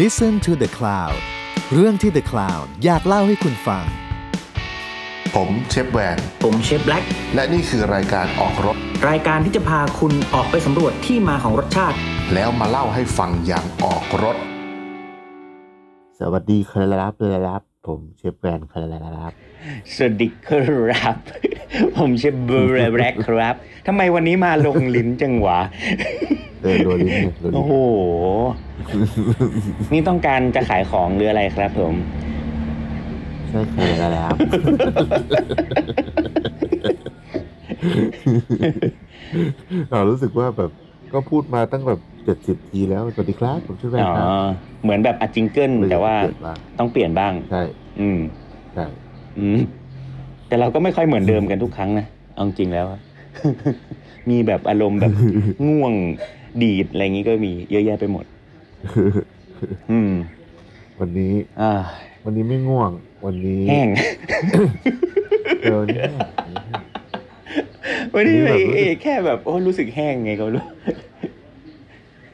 Listen to the Cloud เรื่องที่ The Cloud อยากเล่าให้คุณฟัง ผมเชฟแวน ผมเชฟแบล็ก และนี่คือรายการออกรถ รายการที่จะพาคุณออกไปสำรวจที่มาของรสชาติ แล้วมาเล่าให้ฟังอย่างออกรถ สวัสดีครับครับ ผมเชฟแวนครับ สวัสดีครับ ผมชื่อเบรแบล็กครับทำไมวันนี้มาลงลิ้นจังหวะ เดินโดนลิ้นเนี่ยโดน โอ้ ลิ้ โห น นี่ต้องการจะขายของหรืออะไรครับผม ใช่ครับเรารู้สึกว่าแบบก็พูดมาตั้งแบบเจ็ดสิบ70ทีแล้วสวัสดีครับผมเชฟแวน อ๋อ ครับ เหมือนแบบอัดจิงเกิลแต่ว่า เปลี่ยนบ้าง ต้องเปลี่ยนบ้าง ใช่ อืม ใช่ อืม แต่เราก็ไม่ค่อยเหมือนเดิมกันทุกครั้งนะ เอาจริงแล้วอะ มีแบบอารมณ์แบบง่วงดีดอะไรอย่างนี้ก็มีเยอะแยะไปหมด อื ม วันนี้ อ่า วันนี้ไม่ง่วง วันนี้ แห้ง เออวันนี้แห้ง วันนี้ แบบรู้สึก เอแค่แบบโอ้รู้สึกแห้งไงก็ไม่รู้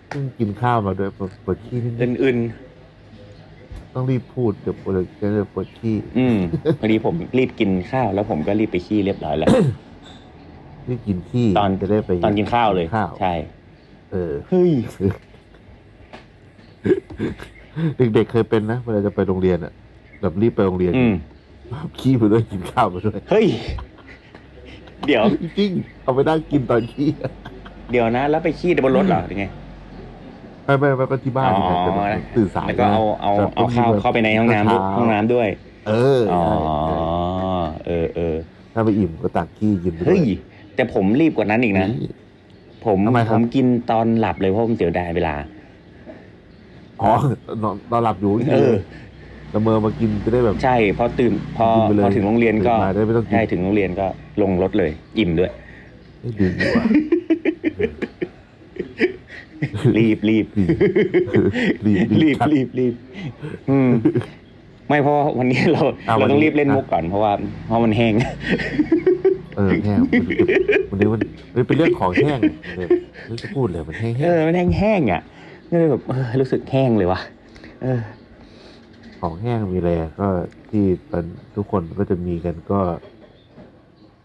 เพิ่งกินข้าวมาด้วยปวดปวดขี้นิดนึง อื่น ต้องรีบพูดเดี๋ยวปวดเดี๋ยวปวดขี้ ๆ อืมพอดีผมรีบกินข้าว แล้วผมก็รีบไปขี้เรียบร้อย แล้ว รีบกินขี้ ตอน จะได้ไป ตอนกินข้าวเลย ข้าว ใช่ เออ เฮ้ย เด็กๆเคยเป็นนะเวลาจะไปโรงเรียนอะแบบรีบไปโรงเรียน อืม ขี้ไปด้วยกินข้าวไปด้วย เฮ้ย เดี๋ยว จริงๆเอาไปนั่งกินตอนขี้ เดี๋ยวนะ แล้วไปขี้บนรถเหรอหรือไง ไม่ไม่ไม่ไปที่บ้าน อ๋อ แต่แบบตื่นสาย แล้วก็เอาเอา แบบ เอาข้าวเข้าไปในห้องน้ำด้วยห้องน้ำด้วย เออ อ๋อ ใช่ใช่ เออเออ ถ้าไปอิ่มก็ตักขี้กินไปด้ว เฮ้ยแต่ผมรีบกว่านั้นอีกนะ นี่ ผม ทำไมครั ผ บ มกินตอนหลับเลยเพราะผมเสียดายเวลา อ๋อนอนนอนหลับอยู่ เออ ละเมอมากินจะได้แบบ ใช่พอตื่นพอ กินไปเลย พอถึงโรงเรียนก็ ตื่นมาได้ไม่ต้องกิน ใช่ถึงโรงเรียนก็ลงรถเลย อิ่มด้วย เอ้ยดีว่ะ รีบรีบ ดีรีบ รีบ ครับ รีบรีบอืม ไม่เพราะว่าวันนี้เรา อ่ะ เราต้วัอนนี้งรีบเล่น อ่ะ มุกก่อนเพราะว่าเพราะมันแห้ง เออแห้งมันจะวันนี้มันมันเป็นเรื่องของแห้งเลยไม่รู้จะพูดเลยมันแห้ง เออมันแห้งแห้งๆอ่ะก็เลยแบบเออรู้สึกแห้งเลยว่ะเออ ของแห้งมีอะไรก็ที่ตอนทุกคนก็จะมีกันก็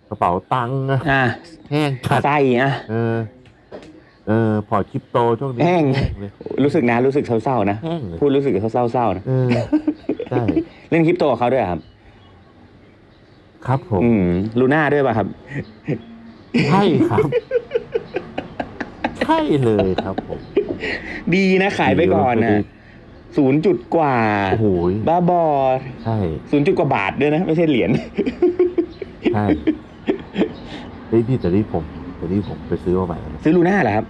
กระเป๋าตังค์อะ อ่ะ แห้งจัด ไส้อ่ะ เออ เออพอร์ตคริปโตช่วงนี้ แห้ง เลย รู้สึกนะรู้สึกเศร้าๆนะ แห้งเลย พูดรู้สึกเศร้าๆนะ เออใช่ เล่นคริปโตกับเขาด้วยเหรอครับ ครับผม อืมลูน่าด้วยป่ะครับ ใช่ครับใช่เลยครับผม ดีนะขายไปก่อนนะศูนย์จุดกว่า โอ้โหย บ้าบอ ใช่ ศูนย์จุดกว่าบาทด้วยนะ ไม่ใช่เหรียญ ใช่เฮ้ยนี่แต่นี่ผมแต่นี่ผมไปซื้อมาใหม่แล้วนะ ซื้อลูน่าเหรอครับ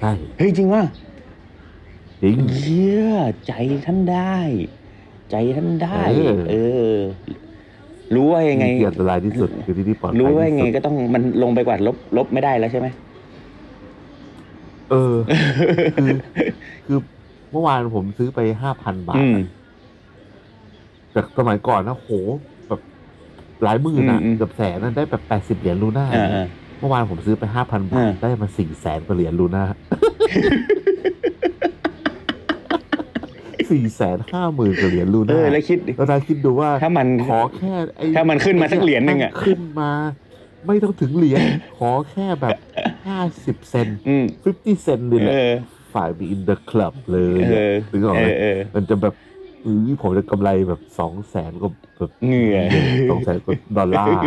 ใช่ เฮ้ย จริงว่า จริง เยี่ยใจท่านได้ ใจท่านได้ เออ เออ รู้ว่ายังไง ที่อันตรายที่สุดคือที่ที่ปลอดภัย รู้ว่ายังไง ที่สุด ก็ต้องมันลงไปกว่าลบลบไม่ได้แล้วใช่ไหม เออ คือคือเมื่อวานผมซื้อไปห้าพันบาท อืม จากสมัยก่อนนะโหแบบหลายหมื่นอ่ะ อืมอืม เกือบแสนนะได้แบบแปดสิบ80 เหรียญลูน่า อ่าอ่า เมื่อวานผมซื้อไปห้าพันบาท อ่า ได้มาสี่แสนกว่าเหรียญลูน่าสี่แสนห้าหมื่นกว่าเหรียญลู เอ น่า อ แล้วคิดดิ แล้วนายคิดดูว่า ถ้ามัน ขอแค่ไอ้ ถ้ามันขึ้นมาสักเหรียญหนึ่งอะ มัขึ้นมา ไม่ต้องถึงเหรียญขอแค่แบบห้าสิบเซน อืม ฟิฟตี้เซนนี่แหละ เออ ฝ่ายบีอินเดอะคลับเลย เออ ถึงออก เอ ไหม อเออ มันจะแบบอือผมจะกำไรแบบสองแสนกว่าแบบ เหงื่อ สองแสนกว่าดอลลาร์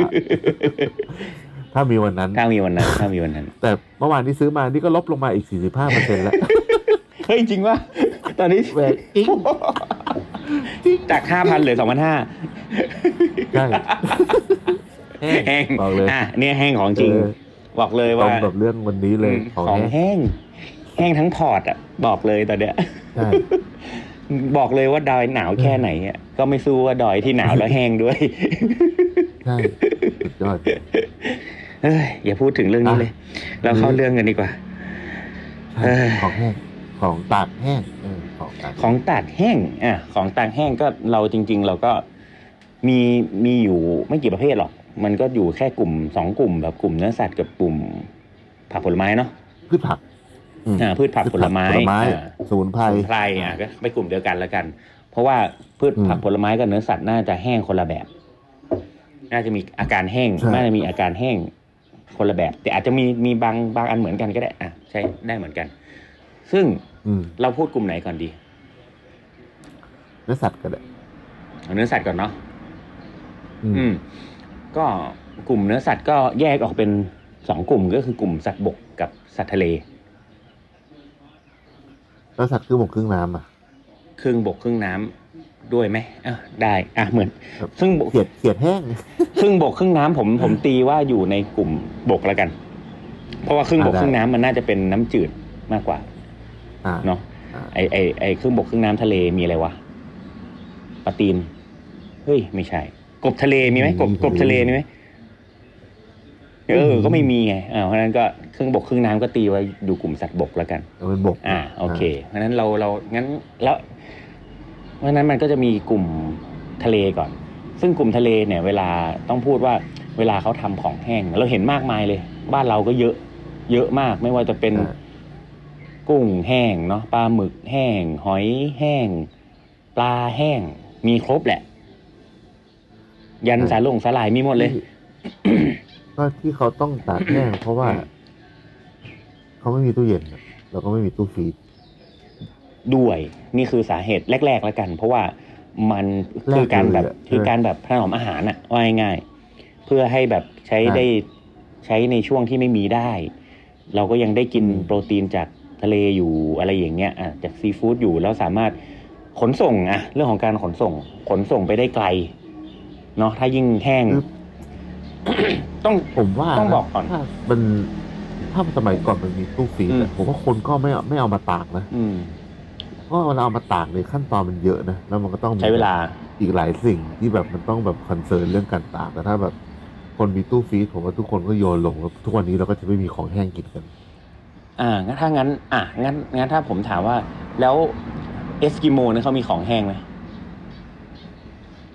ถ้ามีวันนั้น ถ้ามีวันนั้นถ้ามีวันนั้น แต่เมื่อวานที่ซื้อมานี่ก็ลบลงมาอีกสี่สิบห้าเปอร์เซ็นต์แล้ว เฮ้ย จริงว่า ตอนนี้ แหวกจริงจริง จากห้าพันเหลือสองพันห้า ใช่ แห้ง บอกเลย อ่ะเนี่ยแห้งของจริง เออ บอกเลย ตร ว่าง กับเรื่องวันนี้เลย ม ของ ของ แห้ง แห้ง แห้งทั้งพอร์ตอ่ะ บอกเลยตอนเนี้ย ใช่ บอกเลยว่าดอยหนาวแค่ไหนอ่ะ ก็ไม่สู้ว่าดอยที่หนาวแล้วแห้งด้วย ใช่สุดยอด เอ้ยอย่าพูดถึงเรื่องนี้เลย เราเข้า อืม เรื่องกันดีกว่า ใช่ของแห้งของตากแห้งเออของตาก ของตากแห้ง อ่ะ ของตากแห้งก็เราจริง ๆ เราก็มีมีอยู่ไม่กี่ประเภทหรอก มันก็อยู่แค่กลุ่มสองกลุ่มแบบกลุ่มเนื้อสัตว์กับกลุ่มผักผลไม้เนาะ พืชผัก อืม อ่าพืชผักผลไม้ ผลไม้ อ่า สมุนไพร สมุนไพรอ่ะก็ไปกลุ่มเดียวกันแล้วกัน เพราะว่าพืชผัก อืม ผลไม้กับเนื้อสัตว์น่าจะแห้งคนละแบบ น่าจะมีอาการแห้ง ใช่ น่าจะมีอาการแห้งคนละแบบ แต่อาจจะมีมีบางบางอันเหมือนกันก็ได้อ่ะใช้ได้เหมือนกัน ซึ่ง อืม เราพูดกลุ่มไหนก่อนดี เนื้อสัตว์ก็ได้ เอาเนื้อสัตว์ก่อนเนาะ อืม อืม ก็กลุ่มเนื้อสัตว์ก็แยกออกเป็นสองกลุ่มก็คือกลุ่มสัตว์บกกับสัตว์ทะเล แล้วสัตว์ครึ่งบกครึ่งน้ำอ่ะ ครึ่งบกครึ่งน้ำด้วยไหมอ่ะได้อ่ะเหมือน ครับ ซึ่งบก เขียดเขียดแห้ง ครึ่งบกครึ่งน้ำผมผมตีว่าอยู่ในกลุ่มบกแล้วกัน เพราะว่าครึ่งบอ่ากได้ ครึ่งน้ำมันน่าจะเป็นน้ำจืดมากกว่า อ่า เนาะ อ่า ไอไอไอครึ่งบกครึ่งน้ำทะเลมีอะไรวะปลาตีนเฮ้ยไม่ใช่ กบทะเลมีไหมกบกบทะเลมีไหมเออ ก็ไม่มีไงอ่าเพราะฉะนั้นก็ครึ่งบกครึ่งน้ำก็ตีไว้อยู่กลุ่มสัตว์บกแล้วกัน เอาเป็นบก อ่าโอเค เพราะฉะนั้นเราเรางั้นแล้วเพราะฉะนั้นมันก็จะมีกลุ่มทะเลก่อน ซึ่งกลุ่มทะเลเนี่ย เวลาต้องพูดว่าเวลาเขาทำของแห้ง เราเห็นมากมายเลย บ้านเราก็เยอะ เยอะมากไม่ว่าจะเป็น อ่า กุ้งแห้งเนาะปลาหมึกแห้ง หอยแห้ง ปลาแห้ง มีครบแหละ ยันสาลงสาหร่ายมีหมดเลย ก็ที่เขาต้องตากแห้งเพราะว่า เขาไม่มีตู้เย็นอะแล้วก็ไม่มีตู้ฟรีซ ด้วยนี่คือสาเหตุแรก ๆ แล้วกัน เพราะว่ามัน แรกเลย คือการแบบ อะ คือการแบบถนอมอาหารอะว่าง่ายๆเพื่อให้แบบใช้ อ่ะ ได้ใช้ในช่วงที่ไม่มีได้ เราก็ยังได้กิน อืม โปรตีนจากทะเลอยู่อะไรอย่างเงี้ยอ่ะจากซีฟู้ดอยู่แล้วสามารถขนส่งอะเรื่องของการขนส่ง ขนส่งไปได้ไกลเนาะถ้ายิ่งแห้ง ต้อง ผมว่า ต้อง นะ บอกก่อน ถ้ามันถ้าสมัยก่อนมันมีตู้ฟรีซอะ อืม ผมว่าคนก็ไม่เอาไม่เอามาตากนะ อืม เพราะมันเอามาตากเลยขั้นตอนมันเยอะนะแล้วมันก็ต้องมี ใช้เวลา อีกหลายสิ่งที่แบบมันต้องแบบคอนเซิร์นเรื่องการตากแต่ถ้าแบบคนมีตู้ฟรีซผมว่าทุกคนก็โยนลงแล้วทุกวันนี้เราก็จะไม่มีของแห้งกินกัน อ่างั้นถ้างั้น อ่ะงั้นงั้นถ้าผมถามว่า แล้วเอสกิโมเนี่ยเขามีของแห้งไหม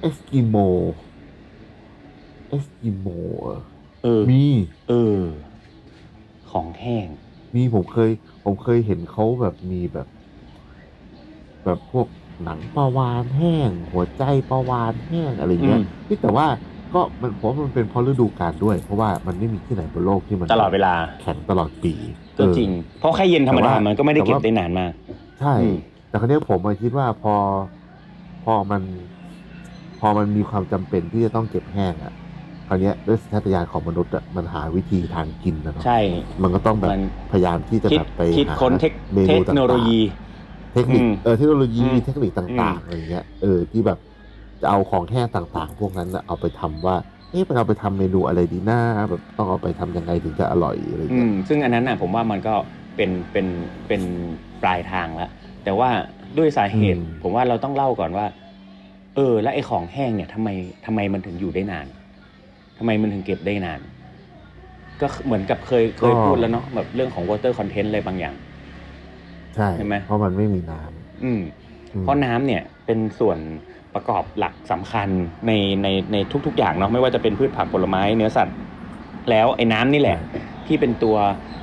เอสกิโม เอสกิโมเหรอ เออ มี เออ ของแห้ง มีผมเคย ผมเคยเห็นเขาแบบมีแบบ แบบพวกหนังปลาวานแห้ง หัวใจปลาวานแห้งอะไรเงี้ย อืม นี่แต่ว่าก็มันผมว่ามันเป็นเพราะฤดูกาลด้วย เพราะว่ามันไม่มีที่ไหนบนโลกที่มัน ตลอดเวลา แข็งตลอดปี ก็จริง เออ เพราะแค่เย็นธรรม แต่ ดา ว่า มันก็ไม่ได้เก็บ แต่ว่า ได้นานมาก ใช่ อืม แต่ครั้นี้ยผมมาคิดว่าพอพอมัน พอมันมีความจำเป็นที่จะต้องเก็บแห้งอะ่ะคราวเนี้ยด้วยสัญชาตญาณของมนุษย์อะ่ะมันหาวิธีทางกินนะเนาะ ใช่ มันก็ต้องแบบ มัน พยายามที่จะ คิด แบบไป คิด หา ค้นเทค ม เทค ต่างๆ โนโลยี เทคนิค อืม เออเทคโนโลยี อืม เทคนิคต่างๆอะไรเงี้ยเออที่แบบจะเอาของแห้งต่างๆ พวกนั้นน่ะเอาไปทำว่าเอ๊ะมันเอาไปทำเมนูอะไรดีนะแบบต้องเอาไปทำยังไงถึงจะอร่อยอะไร อื เงี้ย ม ซึ่งอันนั้นน่ะ ผมว่ามันก็เป็นเป็นเป็นปลายทางแล้วแต่ว่าด้วยสาเหตุ ผมว่าเราต้องเล่าก่อนว่า เออ แล้วไอ้ของแห้งเนี่ยทำไมทำไมมันถึงอยู่ได้นานทำไมมันถึงเก็บได้นาน ก็เหมือนกับเคยเคยพูดแล้วเนาะแบบเรื่องของ water content อะไรบางอย่าง ใช่ เห็นไหม เพราะมันไม่มีน้ อืม ำอืม เพราะน้ำเนี่ยเป็นส่วนประกอบหลักสำคัญในในในทุก ๆ อย่างเนาะไม่ว่าจะเป็นพืชผักผลไม้เนื้อสัตว์ แล้วไอ้น้ำนี่แหละ ที่เป็นตัว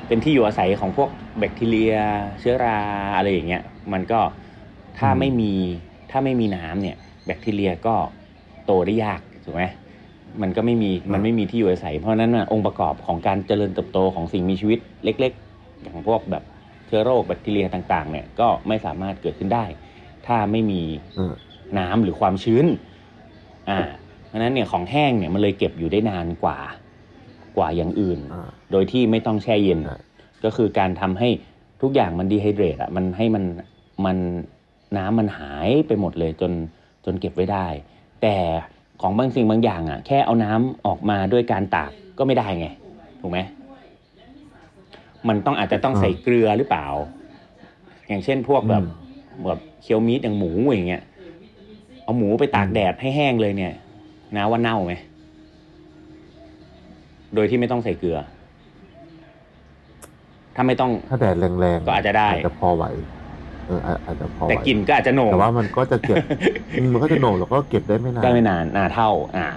เป็นที่อยู่อาศัยของพวกแบคทีเรีย เชื้อราอะไรอย่างเงี้ยมันก็ถ้า อืม ไม่มีถ้าไม่มีน้ำเนี่ย แบคทีเรียก็โตได้ยากถูกไหมมันก็ไม่มีมันไม่มีที่อยู่อาศัย เพราะฉะนั้นนะองค์ประกอบของการเจริญเติบโตของสิ่งมีชีวิตเล็ก ๆ อย่างพวกแบบเชื้อโรคแบคทีเรียต่างๆ เนี่ยก็ไม่สามารถเกิดขึ้นได้ ถ้าไม่มี เออ น้ำหรือความชื้น อ่า เพราะฉะนั้นเนี่ยของแห้งเนี่ยมันเลยเก็บอยู่ได้นานกว่า กว่าอย่างอื่น อ่า โดยที่ไม่ต้องแช่เย็น ใช่ ก็คือการทำให้ทุกอย่างมันดีไฮเดรตอ่ะมันให้มันมันน้ำมันหายไปหมดเลยจนจนเก็บไว้ได้ แต่ของบางสิ่งบางอย่างอ่ะ แค่เอาน้ำออกมาด้วยการตากก็ไม่ได้ไง ถูกไหมมันต้องอาจจะต้อง อ่า ใส่เกลือหรือเปล่า อย่างเช่นพวกแบบ อืม แบบเคียวมีดอย่างหมูอย่างเงี้ยเอาหมูไปตากแดดให้แห้งเลยเนี่ยนะว่าเน่าไหมโดยที่ไม่ต้องใส่เกลือ ถ้าไม่ต้อง ถ้าแดดแรงๆ ก็อาจจะได้ อาจจะพอไหวเอออาอาจจะพอไหว แต่กลิ่นก็อาจจะโหนง แต่ว่ามันก็จะเก็บ อืมมันก็จะโหนกแล้วก็เก็บได้ไม่นาน ได้ไม่นานหนาเท่า อ่า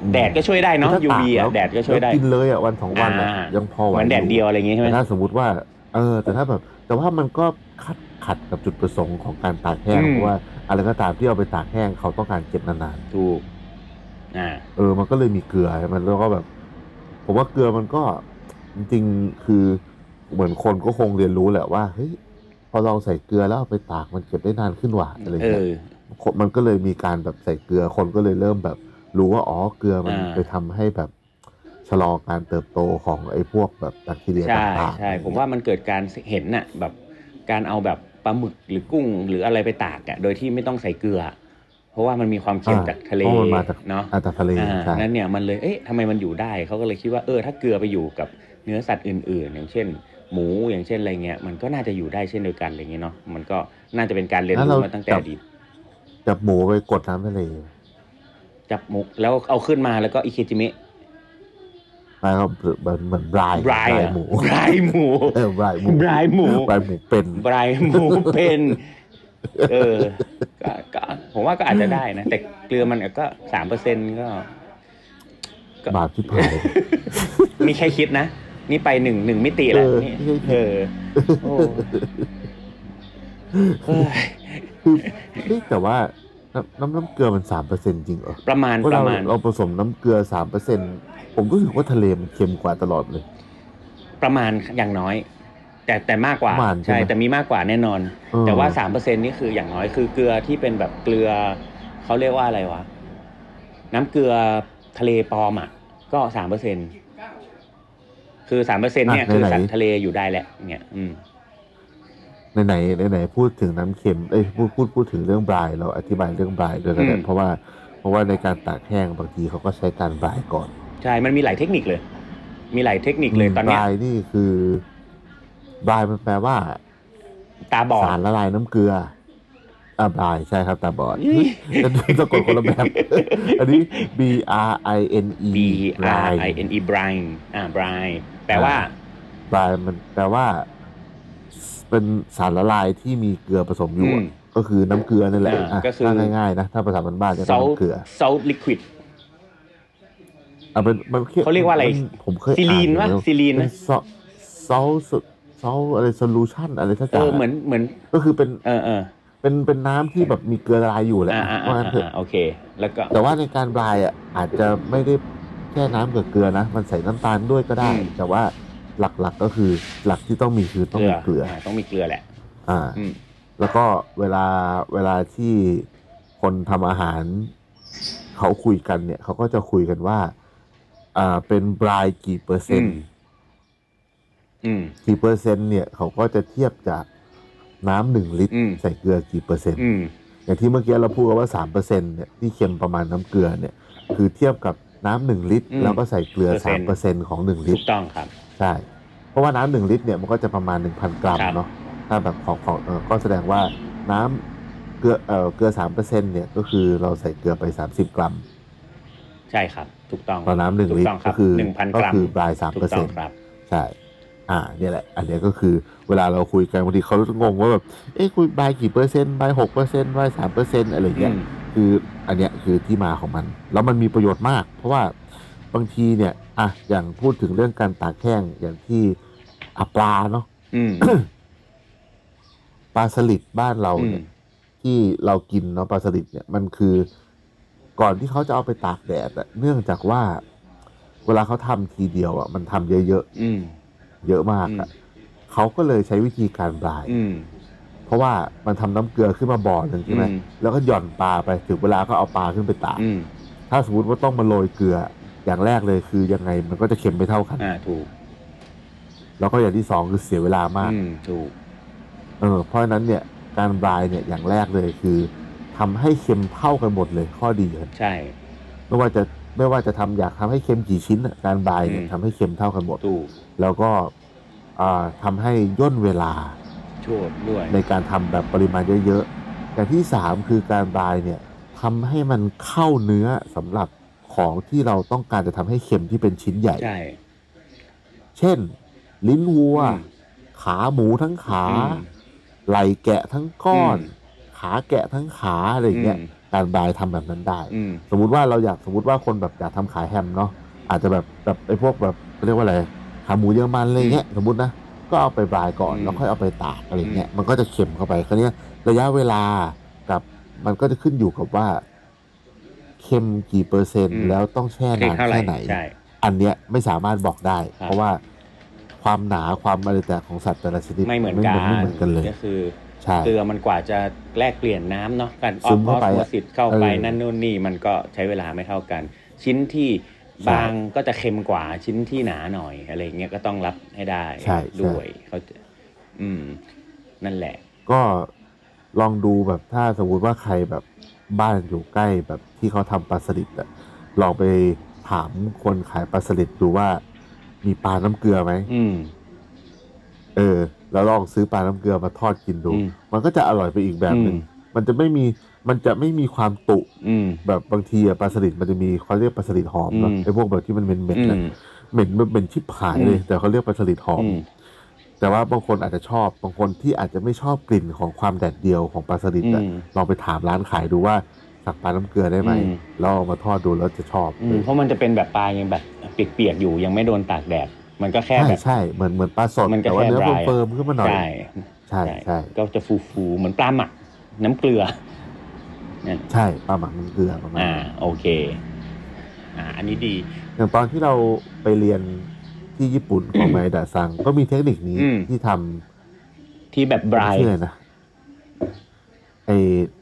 อืม แดดก็ช่วยได้เนาะ ถ้ตก UV อ่ะ ล้ แดดก็ช่วยได้ ล้กินเลยอ่ะวันสองวันอ่ะ อ่ายั ยังพอไหว เหมือนแดดเดียวอะไรอย่างงี้ใช่ไหม แต่ถ้าสมมติว่า เออ แต่ถ้าแบบ แต่ว่ามันก็ขัดขัดกับจุดประสงค์ของการตากแห้ง อืม เพราะว่าอะไรก็ตามที่เอาไปตากแห้งเขาต้องการเก็บนาน ถูก อ่า ๆเออ มันก็เลยมีเกลือมันแล้วก็แบบ ผมว่าเกลือมันก็จริงๆคือเหมือนคนก็คงเรียนรู้แหละว่าเฮ้ยพอลองใส่เกลือแล้วเอาไปตากมันเก็บได้นานขึ้นว่ะอะไร เอ เงี้ย อ คนมันก็เลยมีการแบบใส่เกลือคนก็เลยเริ่มแบบ รู้ว่าอ๋อเกลือมัน อ่า ไปทำให้แบบชะลอการเติบโตของไอ้พวกแบบแบคทีเรีย ใช่ ต่างๆ ใช่ผมว่ามันเกิดการเห็นน่ะ แบบการเอาแบบปลาหมึกหรือกุ้งหรืออะไรไปตากอ่ะโดยที่ไม่ต้องใส่เกลือ เพราะว่ามันมีความเค็ม อ่า จากทะเล เพราะมันมาจาก เนาะ อาจจะทะเล อ่า ใช่ นั้นเนี่ยมันเลยเอ๊ะทำไมมันอยู่ได้เขาก็เลยคิดว่าเออถ้าเกลือไปอยู่กับเนื้อสัตว์อื่น ๆ อย่างเช่น หมูอย่างเช่นอะไรเงี้ยมันก็น่าจะอยู่ได้เช่นเดียวกันอะไรเงี้ยเนาะมันก็น่าจะเป็นการเรียนรู้มาตั้งแต่อดีต จับหมูไปกดน้ำทะเล จับมุกแล้วเอาขึ้นมาแล้วก็อิเคจิเมะ แล้วก็เหมือนเหมือนบราย บรายเหรอ หมู บราย หมู เออบรายหมู บรายหมู บรายหมูเป็น บรายหมูเป็นเออก็ก็ผมว่าก็อาจจะได้นะ แต่เกลือมันก็สามเปอร์เซ็นก็ ก็ บาปที่เผาย มีแค่คิดนะ นี่ไปหนึ่งหนึ่งมิติแล้ว เออ นี่เออโอ้เฮ้ ย คือเฮ้ยแต่ว่าน้ำน้ำน้ำเกลือมันสามเปอร์เซ็นจริงเหรอ ประมาณ เพราะ ป เรา ระมาณ เราผสมน้ำเกลือสามเปอร์เซ็นผมก็รู้สึกว่าทะเลมันเค็มกว่าตลอดเลย ประมาณอย่างน้อย แต่แต่มากกว่า ประมาณใช่ ใช่ ไหม แต่มีมากกว่าแน่นอน เออ แต่ว่าสามเปอร์เซ็นนี่คืออย่างน้อยคือเกลือที่เป็นแบบเกลือเขาเรียกว่าอะไรวะ น้ำเกลือทะเลปลอมอ่ะ ก็สามเปอร์เซ็นคือสามเปอร์เซ็นเนี่ยคือสัตว์ทะเลอยู่ได้แหละเนี่ยอืม ไหนไหนไหนๆพูดถึงน้ำเค็มเอ้ยพูดพูดพูดถึงเรื่องบรายเราอธิบายเรื่องบรายด้วยกัน อืม เพราะว่าเพราะว่าในการตากแห้งบางทีเขาก็ใช้การบรายก่อน ใช่มันมีหลายเทคนิคเลย มีหลายเทคนิคเลยตอนเนี้ย บายนี่คือดรายมันแปลว่า ตาบอด สารละลายน้ำเกลืออ่าบายใช่ครับตาบอด อี้ จะสะกดคนละแบบ อันนี้ B R I N E B R I N E brine อ่า brine แปลว่า บายมันแปลว่า เป็นสารละลายที่มีเกลือผสมอยู่อะ อืม ก็คือน้ำเกลือนั่นแหละ อ่า อ่ะ ก็คือ ถ้าง่ายๆนะ ถ้าภาษาบ้านๆจะต้อง salt น้ำเกลือ salt liquid อ่ะเป็นมัน เขาเรียกว่าอะไร มันผมเคย ซิลีอ่าวนะ อยู่ ซิลีน เป็ วะ นซอซอสซอสอะไรโซลูชันอะไรสักอ เอย่าง อ อะ เหมือนเหมือน ก็คือเป็น เออเออ เป็นเป็นน้ำที่แบบมีเกลือละลายอยู่แหละ อ่าอ่า ว่า อ่า งั้นเถอะ อ่าโอเค แล้วก็ แต่ว่าในการบรายอ่ะอาจจะไม่ได้แค่น้ำกับเกลือนะ มันใส่น้ำตาลด้วยก็ได้ อืม แต่ว่าหลักๆก็คือหลักที่ต้องมีคือต้องมีเกลือ าต้องมีเกลือแหละ อ่า อืม แล้วก็เวลาเวลาที่คนทำอาหาร เขาคุยกันเนี่ย เขาก็จะคุยกันว่า อ่าเป็นบรายกี่เปอร์เซ็นต์ อืม กี่เปอร์เซ็นต์เนี่ยเขาก็จะเทียบจากน้ำหนึ่งลิตร อืม ใส่เกลือกี่เปอร์เซ็นต์ อืม อย่างที่เมื่อกี้เราพูดกันว่าสามเปอร์เซ็นเนี่ยที่เค็มประมาณน้ำเกลือเนี่ย คือเทียบกับน้ำหนึ่งลิตร อืม แล้วก็ใส่เกลือสาม 3% เปอร์เซ็นของหนึ่งลิตถูก ร ต้องครับ ใช่เพราะว่าน้ำหนึ่งลิตรเนี่ยมันก็จะประมาณหนึ่งพันกรัม ครับ เนาะถ้าแบบของของเออก็แสดงว่าน้ำเกลือเออเกลือสามเปอร์เซ็นเนี่ยก็คือเราใส่เกลือไปสามสิบกรัม ใช่ครับ ถูกต้อง ต่อน้ำหนึ่ง ถู ลิต ต้อ ร รั ก็ บ คือ หนึ่งพัน ก็ กรัม คือปลายสาม ถู เปอก ร์ ต้ เซ็ อน งครับ ใช่ อ่าเนี่ยแหละ อันเนี้ยก็คือเวลาเราคุยกันบางทีเขางงว่าแบบเอ้ยคุยบายกี่เปอร์เซ็นต์บายหกเปอร์เซ็นต์บายสามเปอร์เซ็นต์อะไรอย่าง อื เงี้ย ม คืออันเนี้ยคือที่มาของมัน แล้วมันมีประโยชน์มาก เพราะว่าบางทีเนี่ยอ่ะอย่างพูดถึงเรื่องการตากแห้งอย่างที่อะปลาเนาะ อืม ปลาสลิดบ้านเราเนี่ย อืม ที่เรากินเนาะปลาสลิดเนี่ยมันคือก่อนที่เขาจะเอาไปตากแดดอะเนื่องจากว่า เวลาเขาทำทีเดียวอะมันทำเยอะ อืม ๆเยอะมากอะเขาก็เลยใช้วิธีการบราย อืม เพราะว่ามันทำน้ำเกลือขึ้นมาบ่อหนึ่งใช่ไหม อืม แล้วก็หย่อนปลาไปถึงเวลาก็เอาปลาขึ้นไปตาก อืม ถ้าสมมติว่าต้องมาโรยเกลือ อย่างแรกเลยคือยังไงมันก็จะเค็มไม่เท่ากัน อ่าถูก แล้วก็อย่างที่สองคือเสียเวลามาก อืมถูก เออเพราะฉะนั้นเนี่ยการบรายเนี่ยอย่างแรกเลยคือทำให้เค็มเท่ากันหมดเลยข้อดีครับ ใช่ ไม่ว่าจะไม่ว่าจะทำอยากทำให้เค็มกี่ชิ้นน่ะการบรายเนี่ย อืม ทำให้เค็มเท่ากันหมด ถูก แล้วก็อ่าทำให้ย่นเวลา โชดด้วย ในการทำแบบปริมาณเยอะๆอย่างที่สามคือการบรายเนี่ยทำให้มันเข้าเนื้อสำหรับของที่เราต้องการจะทำให้เค็มที่เป็นชิ้นใหญ่ ใช่ เช่น ลิ้นวัว อืม ขาหมูทั้งขา อืม ไหล่แกะทั้งก้อน อืม ขาแกะทั้งขาอะไรอย่างเงี้ย อืม การบายทำแบบนั้นได้ อืม สมมติว่าเราอยากสมมติว่าคนแบบอยากทำขายแฮมเนาะอาจจะแบบแบบไอ้พวกแบบเขาเรียกว่าอะไรขาหมูเยอรมันอะไรอย่างเงี้ยสมมตินะ ก็เอาไปบรายก่อน อืม แล้วค่อยเอาไปตากอะไรเงี้ยมันก็จะเค็มเข้าไปคราวเนี้ยระยะเวลากับมันก็จะขึ้นอยู่กับว่าเค็มกี่เปอร์เซ็นต์ อืม แล้วต้องแช่ เค็ม นาน เท่าไหร่ แค่ไหน ใช่ อันเนี้ยไม่สามารถบอกได้ ครับ เพราะว่าความหนาความอะไรแต่ของสัตว์แต่ละชนิด ไม่เหมือนกัน ไม่เหมือนกันเลย ก็คือ ใช่ เกลือมันกว่าจะแลกเปลี่ยนน้ำเนาะการอ ซึ อมกออ เข้าไป สโม อะ ซิสเข้าไป เออ นั่นนู่นนี่มันก็ใช้เวลาไม่เท่ากัน ชิ้นที่ ใช่ บางก็จะเค็มกว่าชิ้นที่หนาหน่อยอะไรอย่างเงี้ยก็ต้องรับให้ได้ ใช่ใช่ ด้วยเขาจะอืม นั่นแหละ ก็ลองดูแบบถ้าสมมติว่าใครแบบบ้านอยู่ใกล้แบบที่เขาทำปลาสลิดอะลองไปถามคนขายปลาสลิดดูว่ามีปลาน้ำเกลือไหม อืม เออ แล้วลองซื้อปลาน้ำเกลือมาทอดกินดู อืม มันก็จะอร่อยไปอีกแบบหนึ่ง อืม มันจะไม่มีมันจะไม่มีความตุ อืม แบบบางทีอะปลาสลิดมันจะมีเขาเรียกปลาสลิดหอมเนอะ อืม ไอ้พวกแบบที่มันเหม็น อื ๆนะ ม เหม็นแบบเหม็นชิบหายเลย อืม แต่เขาเรียกปลาสลิดหอม อืม แต่ว่าบางคนอาจจะชอบ บางคนที่อาจจะไม่ชอบกลิ่นของความแดดเดียวของปลาสลิดอะ อืม ลองไปถามร้านขายดูว่าสักปลาน้ำเกลือได้ไหม อืม แล้วเอามาทอดดูแล้วจะชอบ อืมเพราะมันจะเป็นแบบปลายังแบบเปียกๆอยู่ยังไม่โดนตากแดดมันก็แค่ ใช่ แบบ ใช่เหมือนเหมือนปลาสด มันก็ แต่ว่า แค่ เนื้อ dry เฟิร์มๆขึ้นมาหน่อย ใช่ ใช่ใช่ ก็จะฟูๆเหมือนปลาหมักน้ำเกลือนั่น ใช่ปลาหมักน้ำเกลือประมาณ อ่า นั้น โอเค อ่า อันนี้ดี อย่างตอนที่เราไปเรียนที่ญี่ปุ่นของไมดะซัง ก็มีเทคนิคนี้ อืม ที่ทำ ที่แบบบราย ชื่ออะไรนะไอ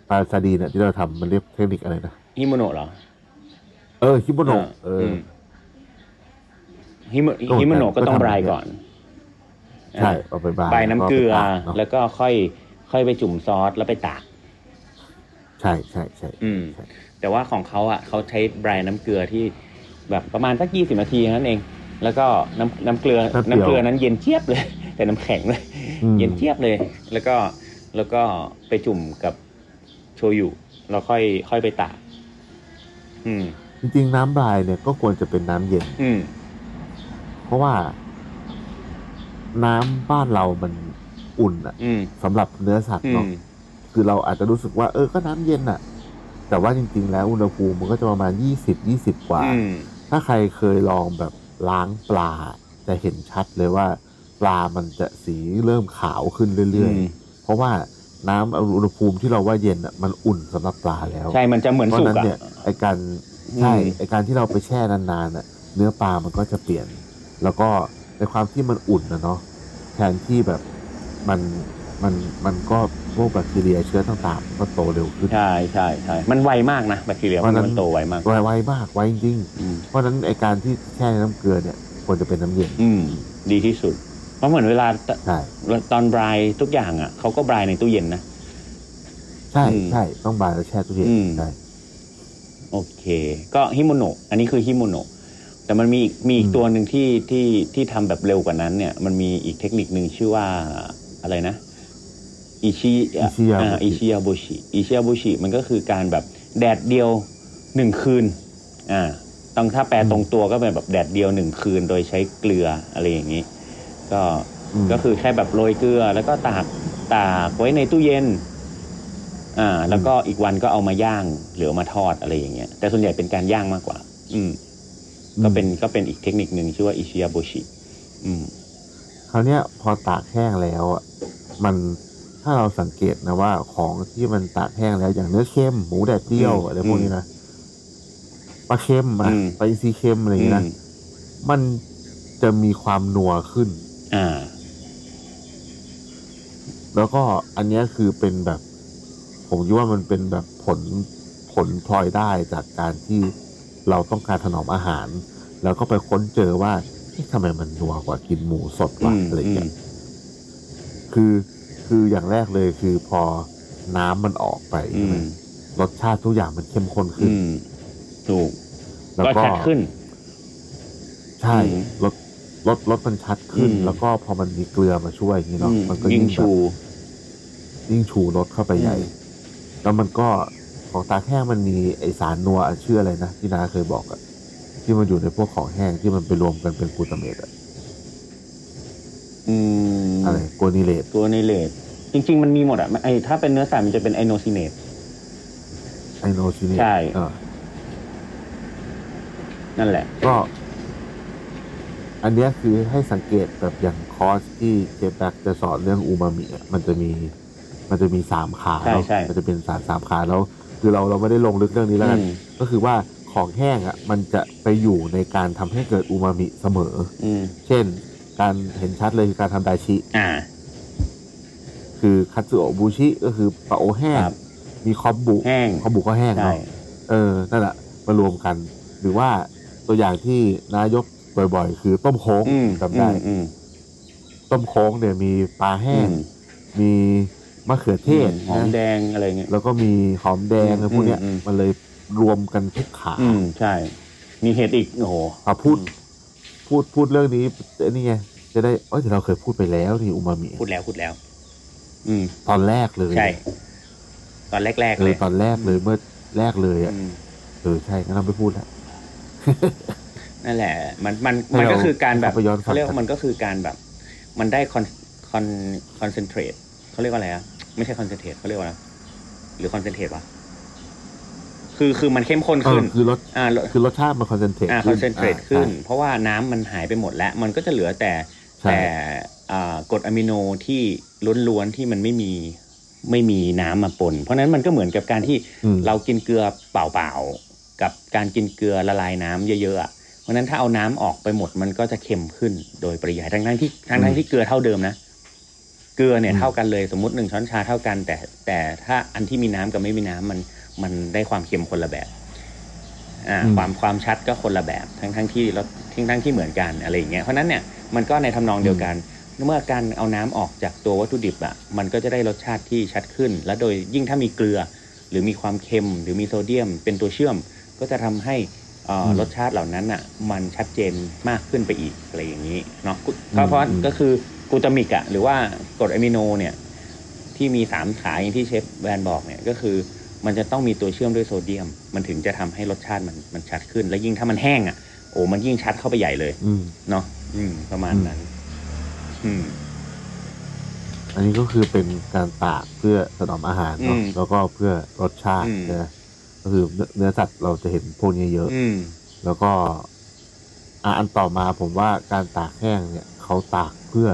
ปลาซาดีนอะที่เราทำมันเรียกเทคนิคอะไรนะ ฮิโมโนะเหรอ เออคิโมโนะเอออ มฮิโม ก็เหมือนกัน ฮิโมโนะก็ต้อง ก็ทำ บรายก่อน ใช่เอาไปบาย บรายน้ำเกลือ แล้วไปตากเนอะ แล้วก็ค่อย ค่อยไปจุ่มซอสแล้วไปตาก ใช่ใช่ใช่ อืม ใช่ แต่ว่าของเขาอ่ะเขาใช้บรายน้ำเกลือที่แบบประมาณสักยี่สิบนาทีเท่านั้นเอง แล้วก็น้ำน้ำเกลือ แป๊บเดียว น้ำเกลือนั้นเย็นเจี๊ยบเลย แต่น้ำแข็งเลย อืม เย็นเจี๊ยบเลย แล้วก็แล้วก็ไปจุ่มกับโชยุแล้วค่อยค่อยไปตากอืม จริงๆ น้ำบรายเนี่ยก็ควรจะเป็นน้ำเย็น อืม เพราะว่า น้ำบ้านเรามันอุ่นอะ อืม สำหรับเนื้อสัตว์ อื เนาะ ม คือเราอาจจะรู้สึกว่าเออก็น้ำเย็นอะแต่ว่าจริง ๆ แล้วอุณหภูมิมันก็จะประมาณยี่สิบยี่สิบกว่า อืม ถ้าใครเคยลองแบบล้างปลา จะเห็นชัดเลยว่า ปลามันจะสีเริ่มขาวขึ้นเรื่อย อืม ๆ เพราะว่าน้ำอุณหภูมิที่เราว่าเย็นอะมันอุ่นสำหรับปลาแล้ว ใช่มันจะเหมือน เพราะ สุก ฉะนั้น อ่ะ เนี่ยไอการใช่ อืม ไอการที่เราไปแช่นานๆน่ะเนื้อปลามันก็จะเปลี่ยน แล้วก็ในความที่มันอุ่นนะเนาะแทนที่แบบมันมันมันก็พวกแบคทีเรียเชื้อต่างๆมันก็โตเร็วขึ้น ใช่ใช่ใช่มันไวมากนะแบคทีเรีย เพราะฉะนั้น มันโตไวมาก ไวไวมากไวจริง อืม เพราะฉะนั้นไอการที่แช่ในน้ำเกลือเนี่ยควรจะเป็นน้ำเย็น อืม ดีที่สุด เพราะเหมือนเวลาต ใช่ ตอนบรายทุกอย่างอ่ะเขาก็บรายในตู้เย็นนะ ใช่ อืม ใช่ต้องบายแล้วแช่ตู้เย็น อืม ใช่ โอเค ก็ฮิโมโนะอันนี้คือฮิโมโนะแต่มันมีอีกมีอีก อืม ตัวหนึ่งที่ที่ที่ทำแบบเร็วกว่านั้นเนี่ย มันมีอีกเทคนิคหนึ่งชื่อว่าอะไรนะ อิชิ อิชิยาบุ อิ ชิ ชิยาบุชิ อิชิยาบุชิ มันก็คือการแบบแดดเดียวหนึ่งคืน อ่า ต้องถ้าแปลตรงตัวก็เป็นแบบแดดเดียวหนึ่งคืน โดยใช้เกลืออะไรอย่างนี้ ก็ ม ก็คือแค่แบบโรยเกลือ แล้วก็ตากตากไว้ในตู้เย็น อ่า แล้วก็อีกวันก็เอามาย่างหรือเอามาทอดอะไรอย่างเงี้ย แต่ส่วนใหญ่เป็นการย่างมากกว่า อืม อืม ก็เป็นก็เป็นอีกเทคนิคหนึ่งชื่อว่าอิชิยาโบชิ อืม คราวเนี้ยพอตากแห้งแล้วอ่ะมันถ้าเราสังเกตนะว่าของที่มันตากแห้งแล้วอย่างเนื้อเค็มหมูแดดเดียว อืม อะไรพวกนี้นะปลาเค็มอ่ะ อืม ปลาอินทรีเค็มอะไรอย่างเงี้ยนะ ม มันจะมีความนัวขึ้น อ่า แล้วก็อันเนี้ยคือเป็นแบบ ผมคิดว่ามันเป็นแบบผลผลพลอยได้จากการที่เราต้องการถนอมอาหาร แล้วก็ไปค้นเจอว่าเอ๊ะทำไมมันนัวกว่ากินหมูสด อื วะ ม อะไรอย่าง อื เงี้ ม ย คือคืออย่างแรกเลยคือพอน้ำมันออกไป อื ใช่ไหม ม รสชาติทุกอย่างมันเข้มข้นขึ้ อื น มถูก แล้ว ก็ ก็ ชัดขึ้น ใช่ อืม รสรสรสมันชัดขึ้น อืม แล้วก็พอมันมีเกลือมาช่วยอย่างนี้เนาะ อืม มันก็ ยิ่ ยิ่ ง งแบบ ชู ยิ่งชูรสเข้าไปใหญ่ อืม แล้วมันก็ของตาแห้งมันมีไอสารนัวอะชื่ออะไรนะที่น้าเคยบอกอะที่มันอยู่ในพวกของแห้งที่มันไปรวมกันเป็นกลูตาเมตอะ อืม อะไรโกนิเลต ตัวในเลดจริง ๆ มันมีหมดอ่ะไอถ้าเป็นเนื้อสัตว์มันจะเป็นไอโนซิเนต ไอโนชิเนต ใช่ เออ นั่นแหละ ก็ อันเนี้ยคือให้สังเกตแบบอย่างคอร์สที่เจแบ็กจะสอนเรื่องอูมามิอะมันจะมีมันจะมีสามขา ใช่ เนาะ ใช่ มันจะเป็นสารสามขาแล้ว คือเราเราไม่ได้ลงลึกเรื่องนี้แล้วกัน อืม ก็คือว่าของแห้งอ่ะมันจะไปอยู่ในการทำให้เกิดอูมามิเสมอ อืม เช่น การเห็นชัดเลยคือการทำไดชิ อ่า คือคัตสึโอะบูชิก็คือปลาโอแห้ง ครับ มีคอมบุ แห้ง คอมบุก็แห้ง ใช่ เนาะเออนั่นแหละมารวมกัน หรือว่าตัวอย่างที่นายกบ่อยๆ คือต้มโค้ง อืม จำได้ อืม ต้มโค้งเนี่ยมีปลา อื แห้ง ม มีมะเขือเทศ หอม นะ แดงอะไรเงี้ย แล้วก็มีหอมแดง อืม อะไรพวกเนี้ย อืมอืม มันเลยรวมกันทุกขา อืมใช่ มีเห็ดอีกโอ้โห พอพูดพูดพูดเรื่องนี้เอ้ยนี่ไงจะได้เอ้ยแต่เราเคยพูดไปแล้วนี่อูมามิ พูดแล้วพูดแล้ว อืม ตอนแรกเลย ใช่ ตอนแรก เอ ๆเล อย ตอนแรกเลยเมื่อแรกเลยอ่ะ อืม เออใช่งั้นเราไม่พูดละ นั่นแหละ มันมัน ให้ มัน เรา ก็คือการแบบ เข้าไปย้อนฟัง เขาเรียกว่ามันก็คือการแบบ มันได้คอนคอนคอนเซนเทรตเขาเรียกว่าอะไรอะไม่ใช่คอนเซนเทรตเขาเรียกว่าอะไรหรือคอนเซนเทรตวะคือคือมันเข้มข้น เอ ขึ้ อน คือรส อ่า คือรสชาติมันคอนเซนเทรต อ่าคอนเซนเทรตขึ้น เพราะว่าน้ำมันหายไปหมดแล้ว มันก็จะเหลือแต่ ใช่ แต่อ่ากรดอะมิโนที่ล้วนๆที่มันไม่มีไม่มีน้ำมาปน เพราะฉะนั้นมันก็เหมือนกับการที่ อืม เรากินเกลือเปล่าๆกับการกินเกลือละลายน้ำเยอะๆอะเพราะฉะนั้นถ้าเอาน้ำออกไปหมดมันก็จะเค็มขึ้นโดยปริยายทั้งทั้งๆที่ทั้งทั้งๆที่เกลือเท่าเดิมนะ เกลือเนี่ยเท่ากันเลยสมมติหนึ่งช้อนชาเท่ากัน แต่แต่ถ้าอันที่มีน้ำกับไม่มีน้ำมันมันได้ความเค็มคนละแบบ อ่าความความชัดก็คนละแบบทั้งทั้งที่รสทั้งทั้งที่เหมือนกันอะไรอย่างเงี้ยเพราะฉะนั้นเนี่ยมันก็ในทำนองเดียวกัน เมื่อการเอาน้ำออกจากตัววัตถุดิบอะมันก็จะได้รสชาติที่ชัดขึ้น และโดยยิ่งถ้ามีเกลือ หรือมีความเค็มหรือมีโซเดียม เป็นตัวเชื่อม ก็จะทำให้เอ่ออรสชาติเหล่านั้นอะมันชัดเจนมากขึ้นไปอีกอะไรอย่างนี้เนาะกุก็เพราะก็คือกูตามิกอะหรือว่ากรดอะมิโนเนี่ยที่มีสามขาอย่างที่เชฟแวนบอกเนี่ยก็คือ มันจะต้องมีตัวเชื่อมด้วยโซเดียม มันถึงจะทำให้รสชาติมันมันชัดขึ้น และยิ่งถ้ามันแห้งอะ่ะ โอ้มันยิ่งชัดเข้าไปใหญ่เลย อืม เนาะอืม ประมาณนั้น อืม อันนี้ก็คือเป็นการตากเพื่อถนอมอาหารเนาะ อืม แล้วก็เพื่อรสชาติ อืม นะก็คือเนื้อเนื้อสัตว์เราจะเห็นพวกนี้เยอะ อืม แล้วก็อ่ะอันต่อมาผมว่าการตากแห้งเนี่ยเขาตากเพื่อ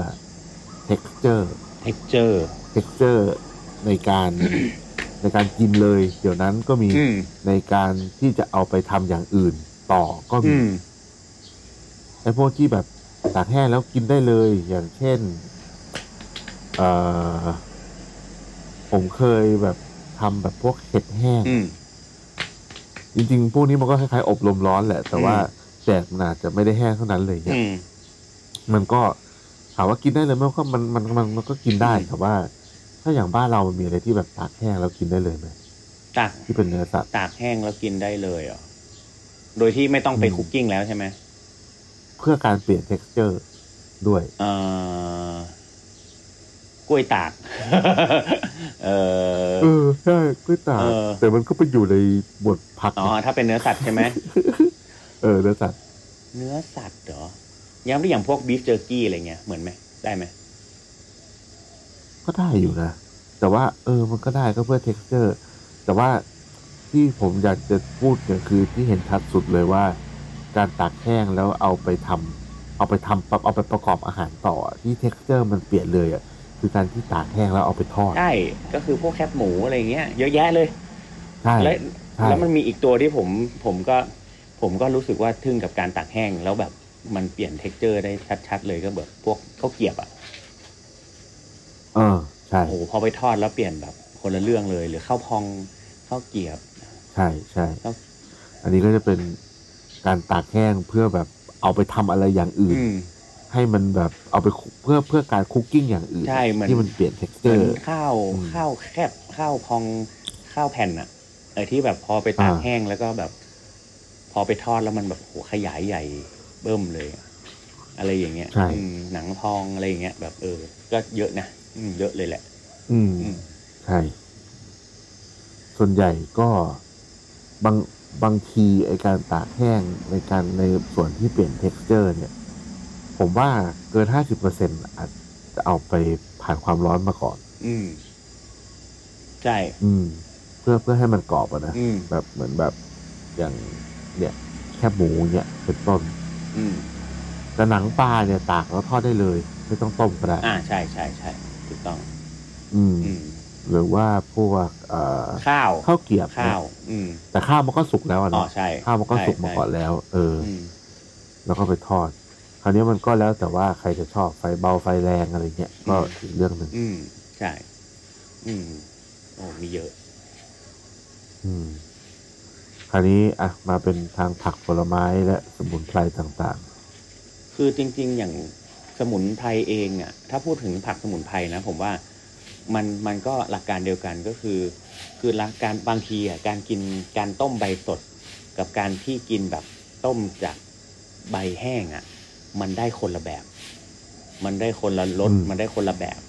texture texture texture ในการ ในการกินเลย เดี๋ยวนั้นก็มี อืม ในการที่จะเอาไปทำอย่างอื่นต่อก็ อื มี ม ไอ้พวกที่แบบตากแห้งแล้วกินได้เลย อย่างเช่นเอ่อผมเคยแบบทำแบบพวกเห็ดแห้ง อืม จริงๆ พวกนี้มันก็คล้ายๆอบลมร้อนแหละ แต่ว่า อื แดดมันอาจจะไม่ได้แห้งเท่านั้นเลยเนี่ย อืม มันก็ถามว่ากินได้เลยไหมันก็มันมันมันมันก็กินได้แต่ว่า ถ้าอย่างบ้านเรามันมีอะไรที่แบบตากแห้งแล้วกินได้เลยไหม ตาก ที่เป็นเนื้อสัตว์ ตากแห้งแล้วกินได้เลยเหรอ โดยที่ไม่ต้องไป อืม คุกกิ้งแล้วใช่ไหม เพื่อการเปลี่ยน t e x t อร์ด้วย เอ่อกล้วย ตาก เอ่อ เออใช่กล้วยตาก เออ แต่มันก็ไปอยู่ในบทพัก อ๋อ นะ ถ้าเป็นเนื้อสัตว์ใช่ไหม เออเนื้อสัตว์ เนื้อสัตว์เหรอย้ำได้อย่างพวกบีฟเจอร์กี้อะไรเงี้ย เหมือนไหม ได้ไหม ก็ได้อยู่นะ แต่ว่าเออมันก็ได้ก็เพื่อ texture แต่ว่าที่ผมอยากจะพูดเนี่ยคือที่เห็นชัดสุดเลยว่า การตากแห้งแล้วเอาไปทำเอาไปทำปรับเอาไปประกอบอาหารต่อที่ texture มันเปลี่ยนเลยอ่ะคือการที่ตากแห้งแล้วเอาไปทอด ใช่ ก็คือพวกแคบหมูอะไรเงี้ย เยอะแยะเลย ใช่ แล้ว ใช่ แล้วมันมีอีกตัวที่ผมผมก็ผมก็รู้สึกว่าทึ่งกับการตากแห้งแล้วแบบมันเปลี่ยนเท็กเจอร์ได้ชัดๆเลยก็แบบพวกข้าวเกรียบอ่ะ เออใช่ โอ้โหพอไปทอดแล้วเปลี่ยนแบบคนละเรื่องเลย หรือข้าวพองข้าวเกรียบ ใช่ใช่ แล้ว อันนี้ก็จะเป็นการตากแห้งเพื่อแบบเอาไปทำอะไรอย่างอื่น อืม ให้มันแบบเอาไปคุกเพื่อเพื่อการคุกกิ้งอย่างอื่น ใช่เหมือน ที่มันเปลี่ยน เหมื texture อนข้าว อืม ข้าวแคบข้าวพองข้าวแผ่นอะไอที่แบบพอไปตาก อ่า แห้งแล้วก็แบบ พอไปทอดแล้วมันแบบโหขยายใหญ่เบิ่มเลยอะอะไรอย่างเงี้ย ใช่ อืมหนังพองอะไรอย่างเงี้ยแบบเออ ก็เยอะนะอืมเยอะเลยแหละ อืม อืม ใช่ ส่วนใหญ่ก็บางบางทีไอการตากแห้งในการในส่วนที่เปลี่ยน texture เนี่ย ผมว่าเกินห้าสิบเปอร์เซ็นอาจจะเอาไปผ่านความร้อนมาก่อน อืม ใช่ อืม เพื่อเพื่อให้มันกรอบอะนะ อืม แบบเหมือนแบบอย่างเนี่ย แคบหมูเนี่ยเป็นต้น อืม แต่หนังปลาเนี่ยตากแล้วทอดได้เลย ไม่ต้องต้มก็ได้ อ่าใช่ใช่ใช่ถูกต้อง อืม อืม หรือว่าพวกเอ่อ ข้าว ข้าวเกรียบ ข้าว อืม แต่ข้าวมันก็สุกแล้วอะ อ๋อ เนาะ ใช่ ข้าวมันก็ ใช่ สุกมาก่อน ใช่ แล้ว เอออ อืม แล้วก็ไปทอด คราวนี้มันก็แล้วแต่ว่าใครจะชอบไฟเบาไฟแรงอะไรเงี้ยก็อีกเรื่องหนึ่ง อืม ใช่ อืม โอ้มีเยอะ อืมคราวนี้อ่ะมาเป็นทางผักผลไม้และสมุนไพรต่าง คือจริง ๆ อย่างสมุนไพรเองอ่ะ ถ้าพูดถึงผักสมุนไพรนะ ผมว่ามันมันก็หลักการเดียวกันก็คือ คือหลักการบางทีอ่ะการกินการต้มใบสด กับการที่กินแบบต้มจากใบแห้งอ่ะ มันได้คนละแบบ มันได้คนละรสมันได้คนละแบบ